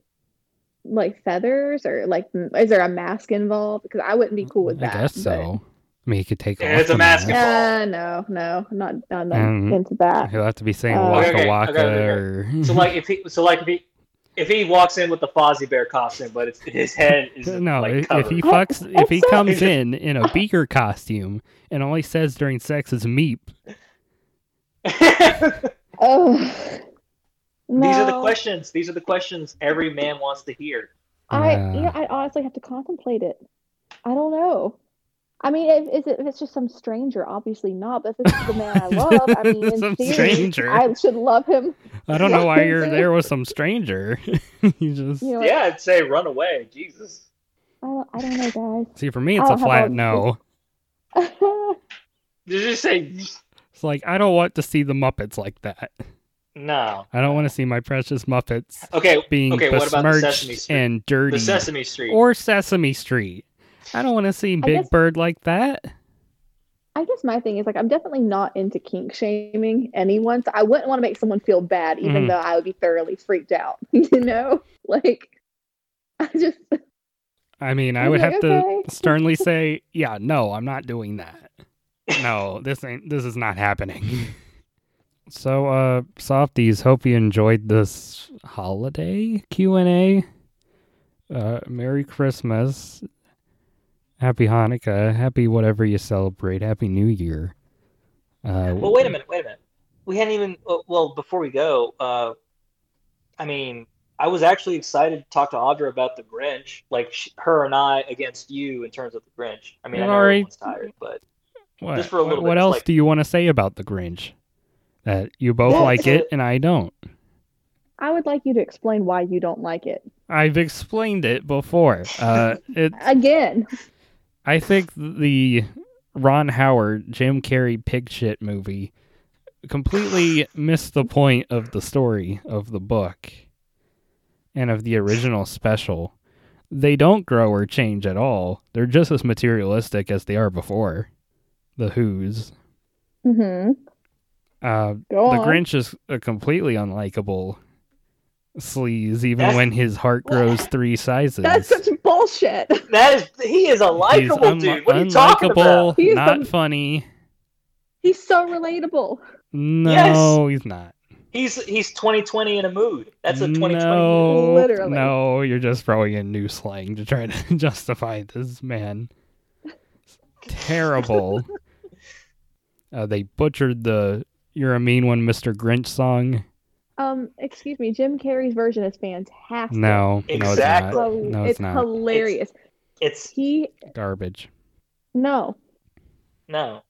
like feathers or like m- is there a mask involved? Because I wouldn't be cool with that. I guess but- so. I mean, you could take Yeah, off it's a the mask. Uh, no, no, not I'm not Um, into that. He'll have to be saying Uh, waka Okay, okay, waka. okay, okay. Or... So like if he so like if he if he walks in with the Fozzie Bear costume, but it's, his head is no, like, if- if covered. he fucks, if he Also- comes in in a beaker costume and all he says during sex is "meep," Oh, These are the no. questions. These are the questions every man wants to hear. I Yeah. yeah, I honestly have to contemplate it. I don't know. I mean, if, if, it- if it's just some stranger, obviously not. But if it's the man I love, I mean, in Some theory, stranger. I should love him. I don't know why you're Right. there with some stranger. you just You know, Yeah, I'd say run away. Jesus. I, don't, I don't know, see for me, I it's a don't have all flat the- no. guys. Did you say It's like I don't want to see the Muppets like that. no? I don't want to see my precious Muppets Okay, being okay. What besmirched about the Sesame Street? and dirty, The Sesame Street. or Sesame Street. I don't want to see Big guess- Bird like that. I guess my thing is like I'm definitely not into kink shaming anyone. So I wouldn't want to make someone feel bad, even Mhm. though I would be thoroughly freaked out. You know, like I just I mean, I I'd would be like, have "Okay." to sternly say, "Yeah, no, I'm not doing that. No, this ain't. This is not happening." so, uh, softies, hope you enjoyed this holiday Q and A. Uh, Merry Christmas, Happy Hanukkah, Happy whatever you celebrate, Happy New Year. Uh, Well, wait a minute, wait a minute. We hadn't even. uh, Well, before we go, uh, I mean, I was actually excited to talk to Audra about the Grinch, like sh- her and I against you in terms of the Grinch. I mean, I know All right. everyone's tired, but What, just for a little what bit, else like- do you want to say about the Grinch? That you both Well, like it and I don't. I would like you to explain why you don't like it I've explained it before. Uh, it, again. I think the Ron Howard, Jim Carrey pig shit movie completely missed the point of the story of the book and of the original special. They don't grow or change at all. They're just as materialistic as they are before. The Who's. Mm-hmm. Uh, Go the on. Grinch is a completely unlikable sleaze, even That's- when his heart grows three sizes. That's such bullshit. that is he is a He's likable unli- dude. What are you talking unlikable, about? He's not the- funny. He's so relatable. No, he's not. He's he's 2020 in a mood. That's a 2020. No, Literally. no, you're just throwing in new slang to try to justify this man. Terrible. uh, they butchered the "You're a Mean One, Mr. Grinch" song. Um, excuse me, Jim Carrey's version is fantastic. No, Exactly. Hil- no, it's, it's not. hilarious. It's He no, it's not. Garbage. no, no,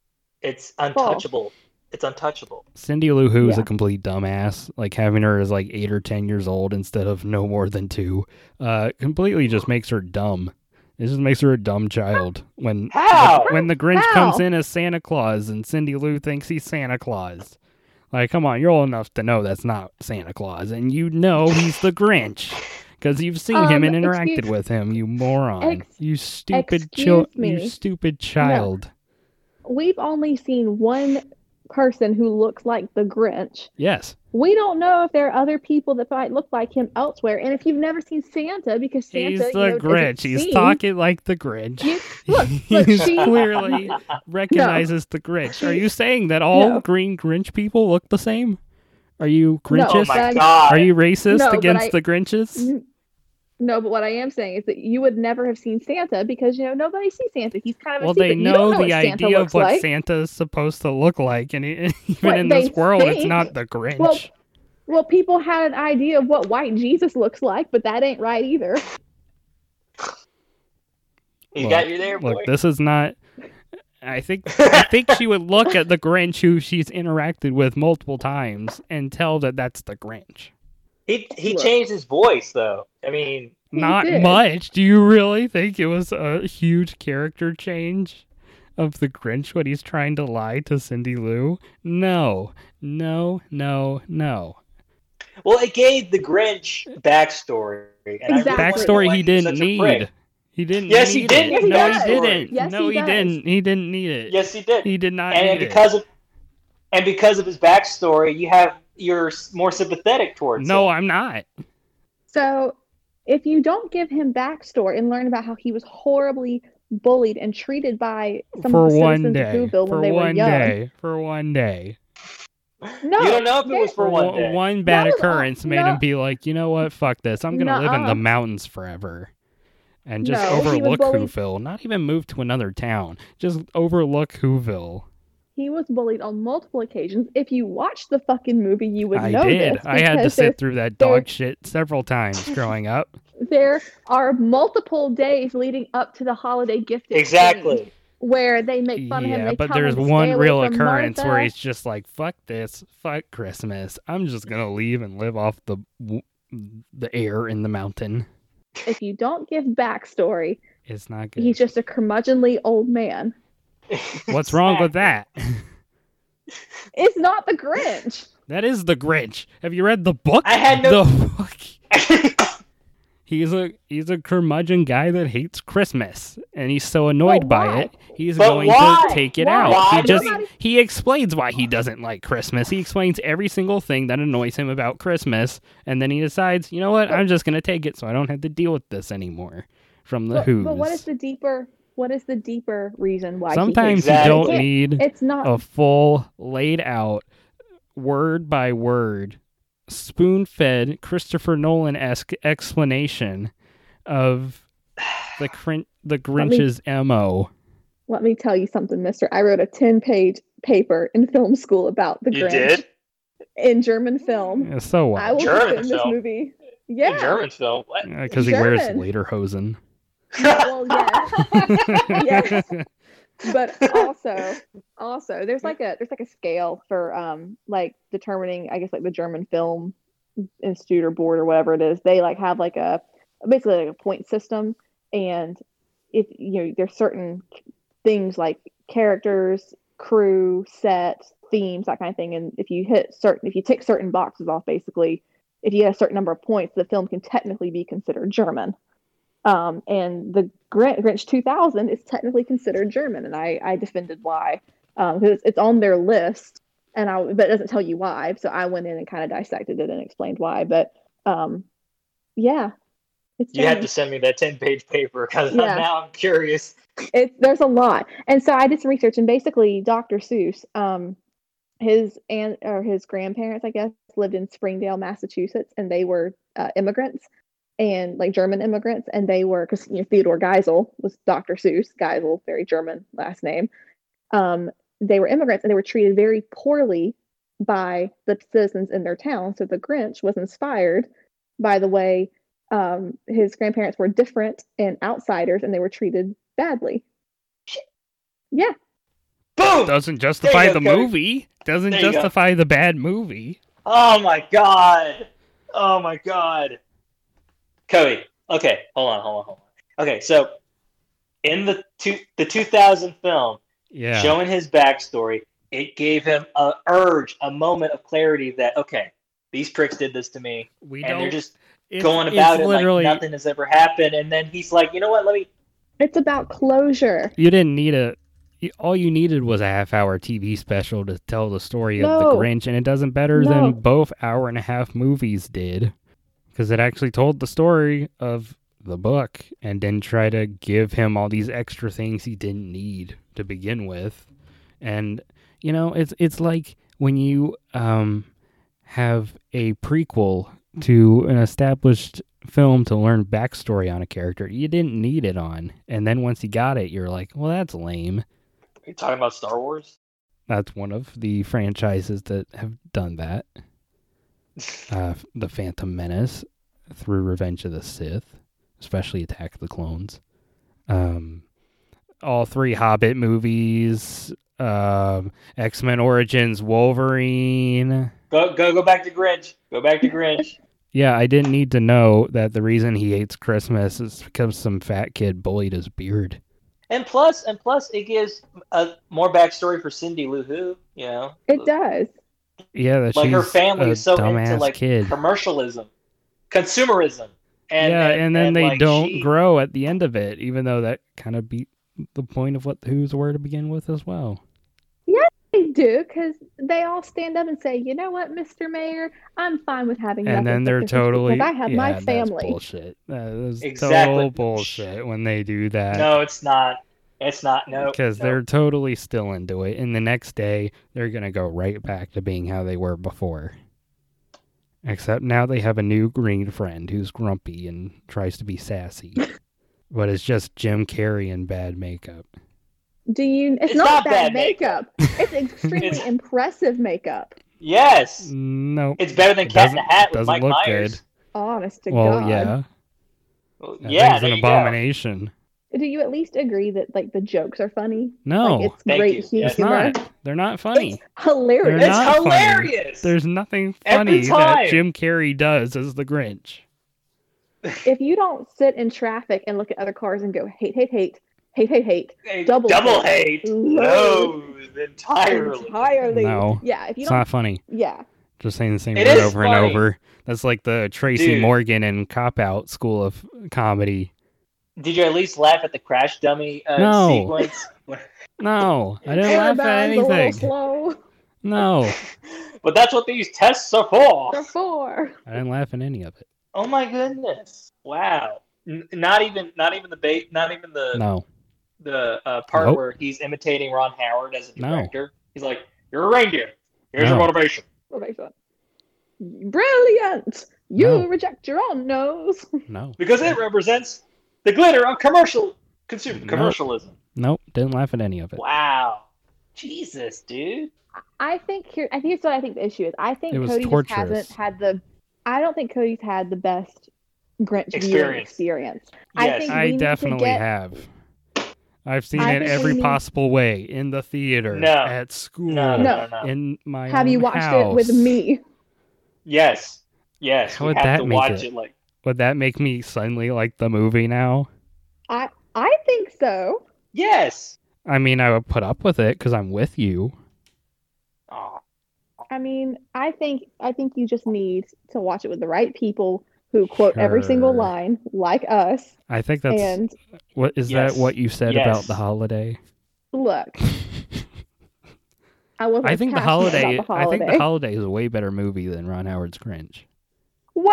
it's untouchable. It's untouchable. Cindy Lou Who is Yeah. a complete dumbass. Like having her as like eight or ten years old instead of no more than two, uh, completely just makes her dumb. It just makes her a dumb child. When How? when the Grinch How? comes in as Santa Claus and Cindy Lou thinks he's Santa Claus, like come on, you're old enough to know that's not Santa Claus, and you know he's the Grinch because you've seen him Um, and interacted excuse- with him. You moron, Ex- you stupid child, excuse me. you stupid child. we've only seen one person who looks like the Grinch. Yes, We don't know if there are other people that might look like him elsewhere. And if you've never seen Santa, because Santa, he's the you know, isn't Grinch. He's seen, talking like the Grinch. You, look, He's look, she- clearly recognizes the Grinch. Are you saying that all No. green Grinch people look the same? Are you Grinchist? Oh Just- my That- god! Are you racist No, but against I- the Grinches? N- No, but what I am saying is that you would never have seen Santa because you know nobody sees Santa. He's kind of Well, a secret. they You don't know, know the what Santa idea of looks what like. Santa is supposed to look like, and e- even What in they this world, it's think. not the Grinch. Well, Well, people had an idea of what white Jesus looks like, but that ain't right either. you Look, got you there, boy. Look, this is not. I think I think she would look at the Grinch who she's interacted with multiple times and tell that that's the Grinch. he he Look. changed his voice though. I mean, He Not did. much. Do you really think it was a huge character change of the Grinch when he's trying to lie to Cindy Lou? No, no, no, no. Well, it gave the Grinch backstory. And I really Exactly. wonder Backstory why he he's didn't such a prick. need. He didn't. Yes, he need did it. need No, backstory. he didn't. Yes, no, he he, does. didn't. He didn't need it. Yes, he did. He did not and need because of and because of his backstory, you have you're s- more sympathetic it. towards. No, him. I'm not. So, if you don't give him backstory and learn about how he was horribly bullied and treated by some For of the one citizens day. of Whoville when for they were one young, day. For one day. no, you don't know if it was for one One- day. one bad No, occurrence made no. him be like, you know what? Fuck this. I'm gonna live in the Nuh-uh. mountains forever. And just No, he was overlook bullied- Whoville. Not even move to another town. Just overlook Whoville. he was bullied on multiple occasions. If you watched the fucking movie, you would I know did. this I had to because sit through that there- dog shit several times growing up. there, there are multiple days leading up to the holiday gift. exchange. exactly. where they make fun of him. yeah, They but tell there's him to stay one away real from occurrence where Martha. he's just like, "Fuck this, fuck Christmas. I'm just gonna leave and live off the w- the air in the mountain." If you don't give backstory, It's not good. he's just a curmudgeonly old man. What's wrong with that? It's not the Grinch. That is the Grinch. Have you read the book? I had no- The fuck? that? He's a he's a curmudgeon guy that hates Christmas, and he's so annoyed But by why? it, he's But going why? to take it Why? out. Why He just Nobody- he explains why he doesn't like Christmas. He explains every single thing that annoys him about Christmas, and then he decides, you know what, I'm just going to take it, so I don't have to deal with this anymore. From the But, Who's. but what is the deeper? What is the deeper reason why? he Sometimes hates you Exactly. it? don't It's- need It's not. a full, laid out, word by word, spoon fed, Christopher Nolan esque explanation of the crin- the Grinch's mo. Let me tell you something, Mister. I wrote a ten-page paper in film school about the you Grinch did in German film. Yeah, So I what? will German defend this film? movie. The Yeah. German film. What? Because Uh, he wears German. lederhosen. Well, yes. Yes. but also also there's like a there's like a scale for um like determining i guess like the german film institute or board or whatever it is they like have like a basically like a point system and if you know there's certain things like characters crew set themes that kind of thing and if you hit certain if you tick certain boxes off basically if you get a certain number of points the film can technically be considered german um, and the Grinch, Grinch 2000 is technically considered German, and I, I defended why because it's, it's on their list, and I but it doesn't tell you why. So I went in and kind of dissected it and explained why. But um, yeah, it's You had German. to send me that ten-page paper because Yeah. now I'm curious. it's there's a lot and so i did some research and basically dr seuss um his and or his grandparents i guess lived in springdale massachusetts and they were uh, immigrants and like german immigrants and they were because you know theodore geisel was dr seuss geisel very german last name um they were immigrants and they were treated very poorly by the citizens in their town so the grinch was inspired by the way um, his grandparents were different and outsiders and they were treated badly yeah Boom! Doesn't justify go, the Cody. movie. Doesn't There you go. justify the bad movie. Oh my god! Oh my god! Cody, okay, hold on, hold on, hold on. Okay, so in the two the 2000 film, Yeah. showing his backstory, it gave him a urge, a moment of clarity that okay, these pricks did this to me, we and they're don't. just it's- going it's about it literally, like nothing has ever happened. And then he's like, you know what? Let me. it's about closure You didn't need a. you- All you needed was a half hour TV special to tell the story of the No. Grinch, and it doesn't better No. than both hour and a half movies did. Because it actually told the story of the book and didn't try to give him all these extra things he didn't need to begin with. And, you know, it's it's like when you um, have a prequel to an established film to learn backstory on a character you didn't need it on. And then once you got it, you're like, well, that's lame. Are you talking about Star Wars? That's one of the franchises that have done that. Uh, the Phantom Menace through Revenge of the Sith, especially Attack of the Clones. Um, all three Hobbit movies, um, X Men Origins, Wolverine. Go go go back to Grinch. Go back to Grinch. Yeah, I didn't need to know that the reason he hates Christmas is because some fat kid bullied his beard. And plus, and plus, it gives a, more backstory for Cindy Lou Who. You know, it does Yeah, that like her she's family a is so dumbass into like kid. commercialism, consumerism, and yeah, and, then they like, don't she- grow at the end of it, even though that kind of beat the point of what the Who's were to begin with as well. they do because they all stand up and say you know what mr mayor i'm fine with having and nothing then for they're Christmas totally because i have yeah, my that's family bullshit. That is Exactly. total bullshit when they do that. No, it's not. It's not. No, because no. they're totally still into it, and the next day they're gonna go right back to being how they were before. Except now they have a new green friend who's grumpy and tries to be sassy, but it's just Jim Carrey in bad makeup. do you it's, It's not not, bad bad makeup, it's extremely It's- impressive makeup yes. No, It's better than It Cat in the doesn't- Hat with doesn't Mike look Myers. good. honest to well, god yeah, Well, That yeah, thing's there an you go. abomination. do you at least agree that like the jokes are funny? No, like, it's Thank great you. humor. Yes. it's not. They're not funny. It's hilarious. They're It's not funny. hilarious. There's nothing Every funny that time. Jim Carrey does as the Grinch. If you don't sit in traffic and look at other cars and go hate, hate, hate, hate, hate, hate A double double hate. hate. Loathe. Loathe entirely. entirely, No. yeah. If you It's don't, not funny. yeah, Just saying the same It word is over and funny. over. That's like the Tracy Dude. Morgan and Cop Out school of comedy. Did you at least laugh at the crash dummy uh, No. sequence? No, I didn't laugh at Everybody's a little anything. slow. No, but that's what these tests are for. Before I didn't laugh at any of it. Oh my goodness! Wow. N- not even, not even the bait, not even the No, the uh, part Nope. where he's imitating Ron Howard as a No. director. He's like, "You're a reindeer. Here's No. your motivation." Rebecca. Oh Brilliant! You No. reject your own nose. no, because it represents the glitter of commercial consumer Nope. commercialism. nope. Didn't laugh at any of it. Wow, Jesus, dude. I think here. I think it's what I think the issue is. I think It was Cody just hasn't torturous. had the. I don't think Cody's had the best Grinch viewing Experience. experience. I Yes, think we I need to definitely get- have. I've seen I it think every we need- possible way in the theater, No. at school, no, No. no, no, no. in my. Have you own watched it with house. me? Yes, yes. How we would have that to make watch it? it? like Would that make me suddenly like the movie now? I think so. yes. I mean, I would put up with it because I'm with you. Oh, I mean, I think I think you just need to watch it with the right people who quote every single Sure. line like us. I think that's and what is Yes. that what you said about Yes. the holiday? look, I wasn't. I as think the passionate about holiday, the I think holiday. the holiday is a way better movie than Ron Howard's Grinch. Whoa!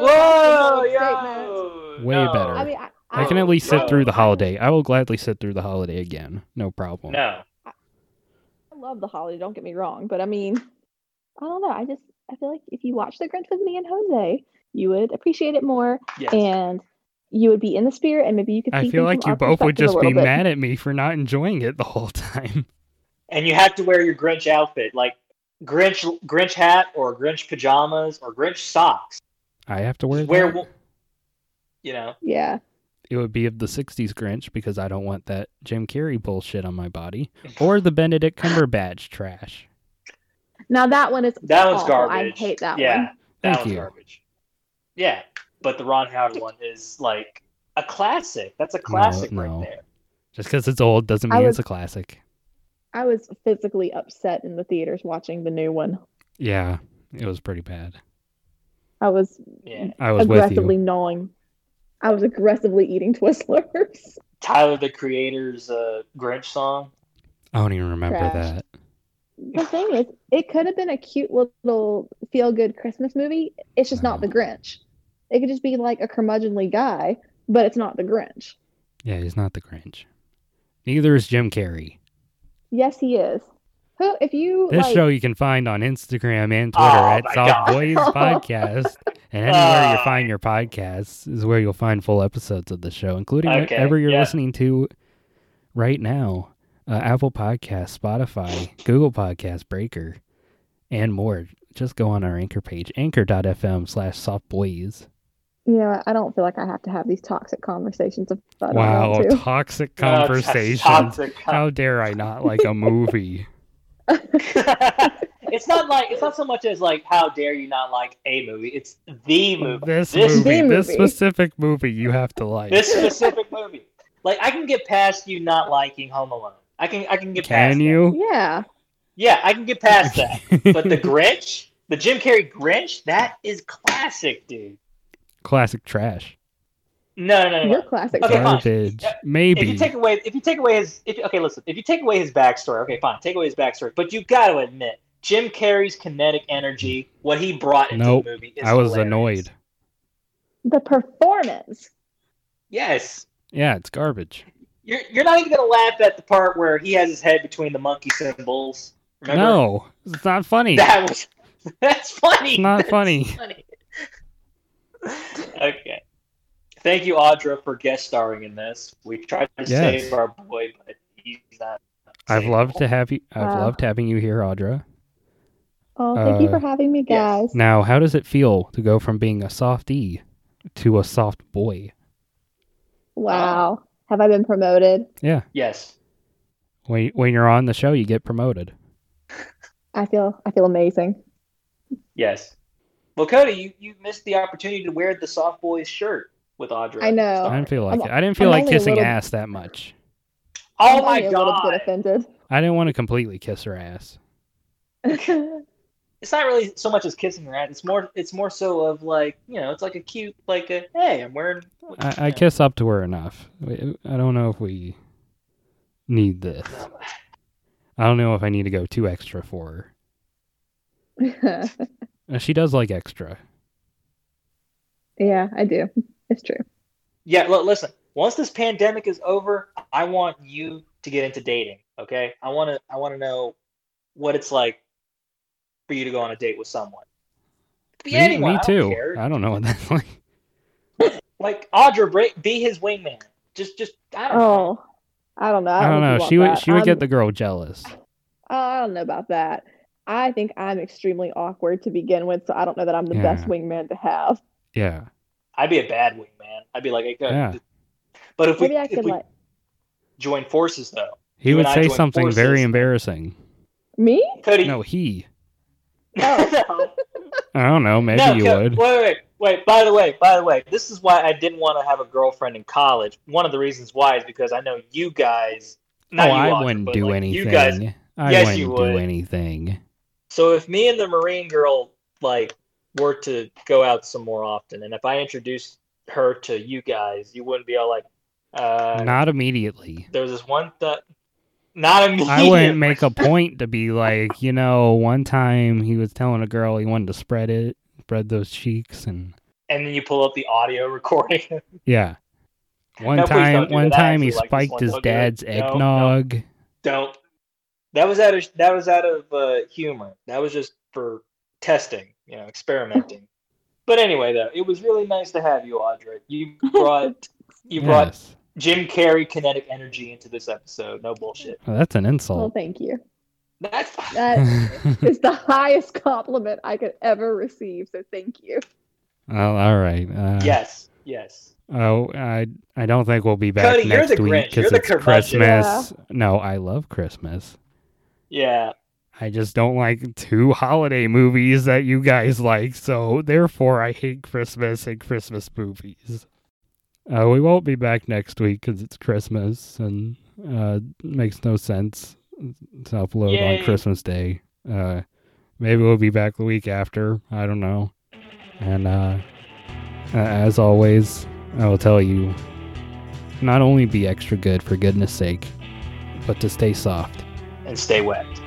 whoa, That's a Oh, bold statement. yo, Way no. better. I mean, I, I can Oh, at least no. sit through the holiday. I will gladly sit through the holiday again. No problem. No, I love the holiday, don't get me wrong, but I mean, I don't know. I just I feel like if you watch The Grinch with me and Jose, you would appreciate it more, yes. and you would be in the spirit, and maybe you could. I see feel things like from you our both would perspective just a be little bit. mad at me for not enjoying it the whole time. and you have to wear your Grinch outfit, like Grinch Grinch hat or Grinch pajamas or Grinch socks. I have to wear Where, that. you know, Yeah, It would be of the 60s Grinch because I don't want that Jim Carrey bullshit on my body or the Benedict Cumberbatch trash. now that one is that one's awful. garbage. Oh, I hate that yeah. one. That Thank one's you. garbage. Yeah, but the Ron Howard one is like a classic. That's a classic no. right there. Just because it's old doesn't I mean would- it's a classic. I was physically upset in the theaters watching the new one. Yeah, it was pretty bad. I was Yeah, I was with aggressively you. gnawing. I was aggressively eating Twizzlers. Tyler the Creator's uh, Grinch song. I don't even remember Trash. that. the thing is, it could have been a cute little feel good Christmas movie. It's just not No. the Grinch. It could just be like a curmudgeonly guy, but it's not the Grinch. Yeah, he's not the Grinch. Neither is Jim Carrey. Yes, he is. Who, if you This like, show you can find on Instagram and Twitter Oh, at my Soft God. Boys Podcast. And anywhere you Oh. find your podcasts is where you'll find full episodes of the show, including Okay, whatever you're yeah. listening to right now uh, Apple Podcasts, Spotify, Google Podcasts, Breaker, and more. Just go on our anchor page, anchor.fm slash softboys. you know, I don't feel like I have to have these toxic conversations about it. I Wow, don't want toxic Uh, conversations. toxic How dare I not like a movie? it's not like it's not so much as like how dare you not like a movie. It's the movie. this, This- movie, The this movie. specific movie you have to like. This specific movie. Like I can get past you not liking Home Alone. I can I can get past Can that. to. you? Yeah, Yeah, I can get past that. but the Grinch, the Jim Carrey Grinch, that is classic, dude. Classic trash. No, no, no, no. you're classic. Okay, fine. Garbage. Yeah, If you Maybe. take away, if you take away his, if, okay, listen. If you take away his backstory, okay, fine, take away his backstory. But you got to admit, Jim Carrey's kinetic energy, what he brought into Nope, the movie, is I was hilarious. annoyed. The performance. Yes, Yeah, it's garbage. you're you're not even gonna laugh at the part where he has his head between the monkey symbols. Remember? No, it's not funny. that was that's funny. It's not That's funny. funny. okay. Thank you, Audra, for guest starring in this. We tried to Yes. save our boy, but he's not. I've loved savable. to have you. I've Wow. loved having you here, Audra. Oh, thank you Uh, for having me, guys. yes. Now, how does it feel to go from being a softie to a soft boy? Wow. Have I been promoted? Yes. When when you're on the show, you get promoted. I feel I feel amazing. Yes. Well, Cody, you, you missed the opportunity to wear the soft boys shirt with Audra. I know. I didn't feel Uh, like I'm- it. I didn't feel I'm like only a kissing little- ass that much. Oh I'm my only a little bit god. offended. I didn't want to completely kiss her ass. It's not really so much as kissing her ass. It's more it's more so of like, you know, it's like a cute like a hey, I'm wearing I, I kiss up to her enough. We- I don't know if we need this. I don't know if I need to go too extra for her. Uh, She does like extra. yeah, I do. It's true. Yeah, look, listen. Once this pandemic is over, I want you to get into dating. Okay, I want to. I want to know what it's like for you to go on a date with someone. Be Me, anyone. me I don't too. care. I don't know what that's like. Like Audra, Bra- be his wingman. Just, just. I don't know. Oh, I don't know. I don't know. if you She want would that. she would I'm- get the girl jealous. Oh, I don't know about that. I think I'm extremely awkward to begin with, so I don't know that I'm the best Yeah. wingman to have. Yeah. I'd be a bad wingman. I'd be like, hey, go- Yeah. But if we, Maybe I if could we like join forces, though, He You would and I say joined something very forces. embarrassing. me? Oh, Cody. No, he. no. I don't know. Maybe no, you Kev- would. Wait, wait, wait. By the way, by the way, this is why I didn't want to have a girlfriend in college. One of the reasons why is because I know you guys. Not No, you, Oh, I Audra, wouldn't but, do like, anything. You guys. I Yes, wouldn't you do would. anything. So if me and the Marine girl like were to go out some more often, and if I introduced her to you guys, you wouldn't be all like, uh, Not immediately. "There was this one that not immediately." I wouldn't make a point to be like, you know, one time he was telling a girl he wanted to spread it, spread those cheeks, and And then you pull up the audio recording. yeah. One No, please don't time, do one that. I time he actually like this spiked one. his Don't do it. dad's No, no. eggnog. Don't. That was out of that was out of uh, humor. That was just for testing, you know, experimenting. but anyway, though, it was really nice to have you, Audra. You brought you brought Yes. Jim Carrey kinetic energy into this episode. No bullshit. Well, that's an Well, insult. thank you. That's That well, is the highest compliment I could ever receive, so thank you. all right. Uh, yes, yes. Oh, I I don't think we'll be back Cody, you're next the week Grinch. You're because the it's curmudgeon. Christmas. No, I love Christmas. Yeah. I just don't like two holiday movies that you guys like, so therefore I hate Christmas and Christmas movies. Uh, we won't be back next week because it's Christmas and uh, makes no sense to upload Yay. on Christmas Day. Uh, maybe we'll be back the week after. I don't know. And uh, a- as always, I will tell you not only be extra good for goodness sake, but to stay soft. And stay wet.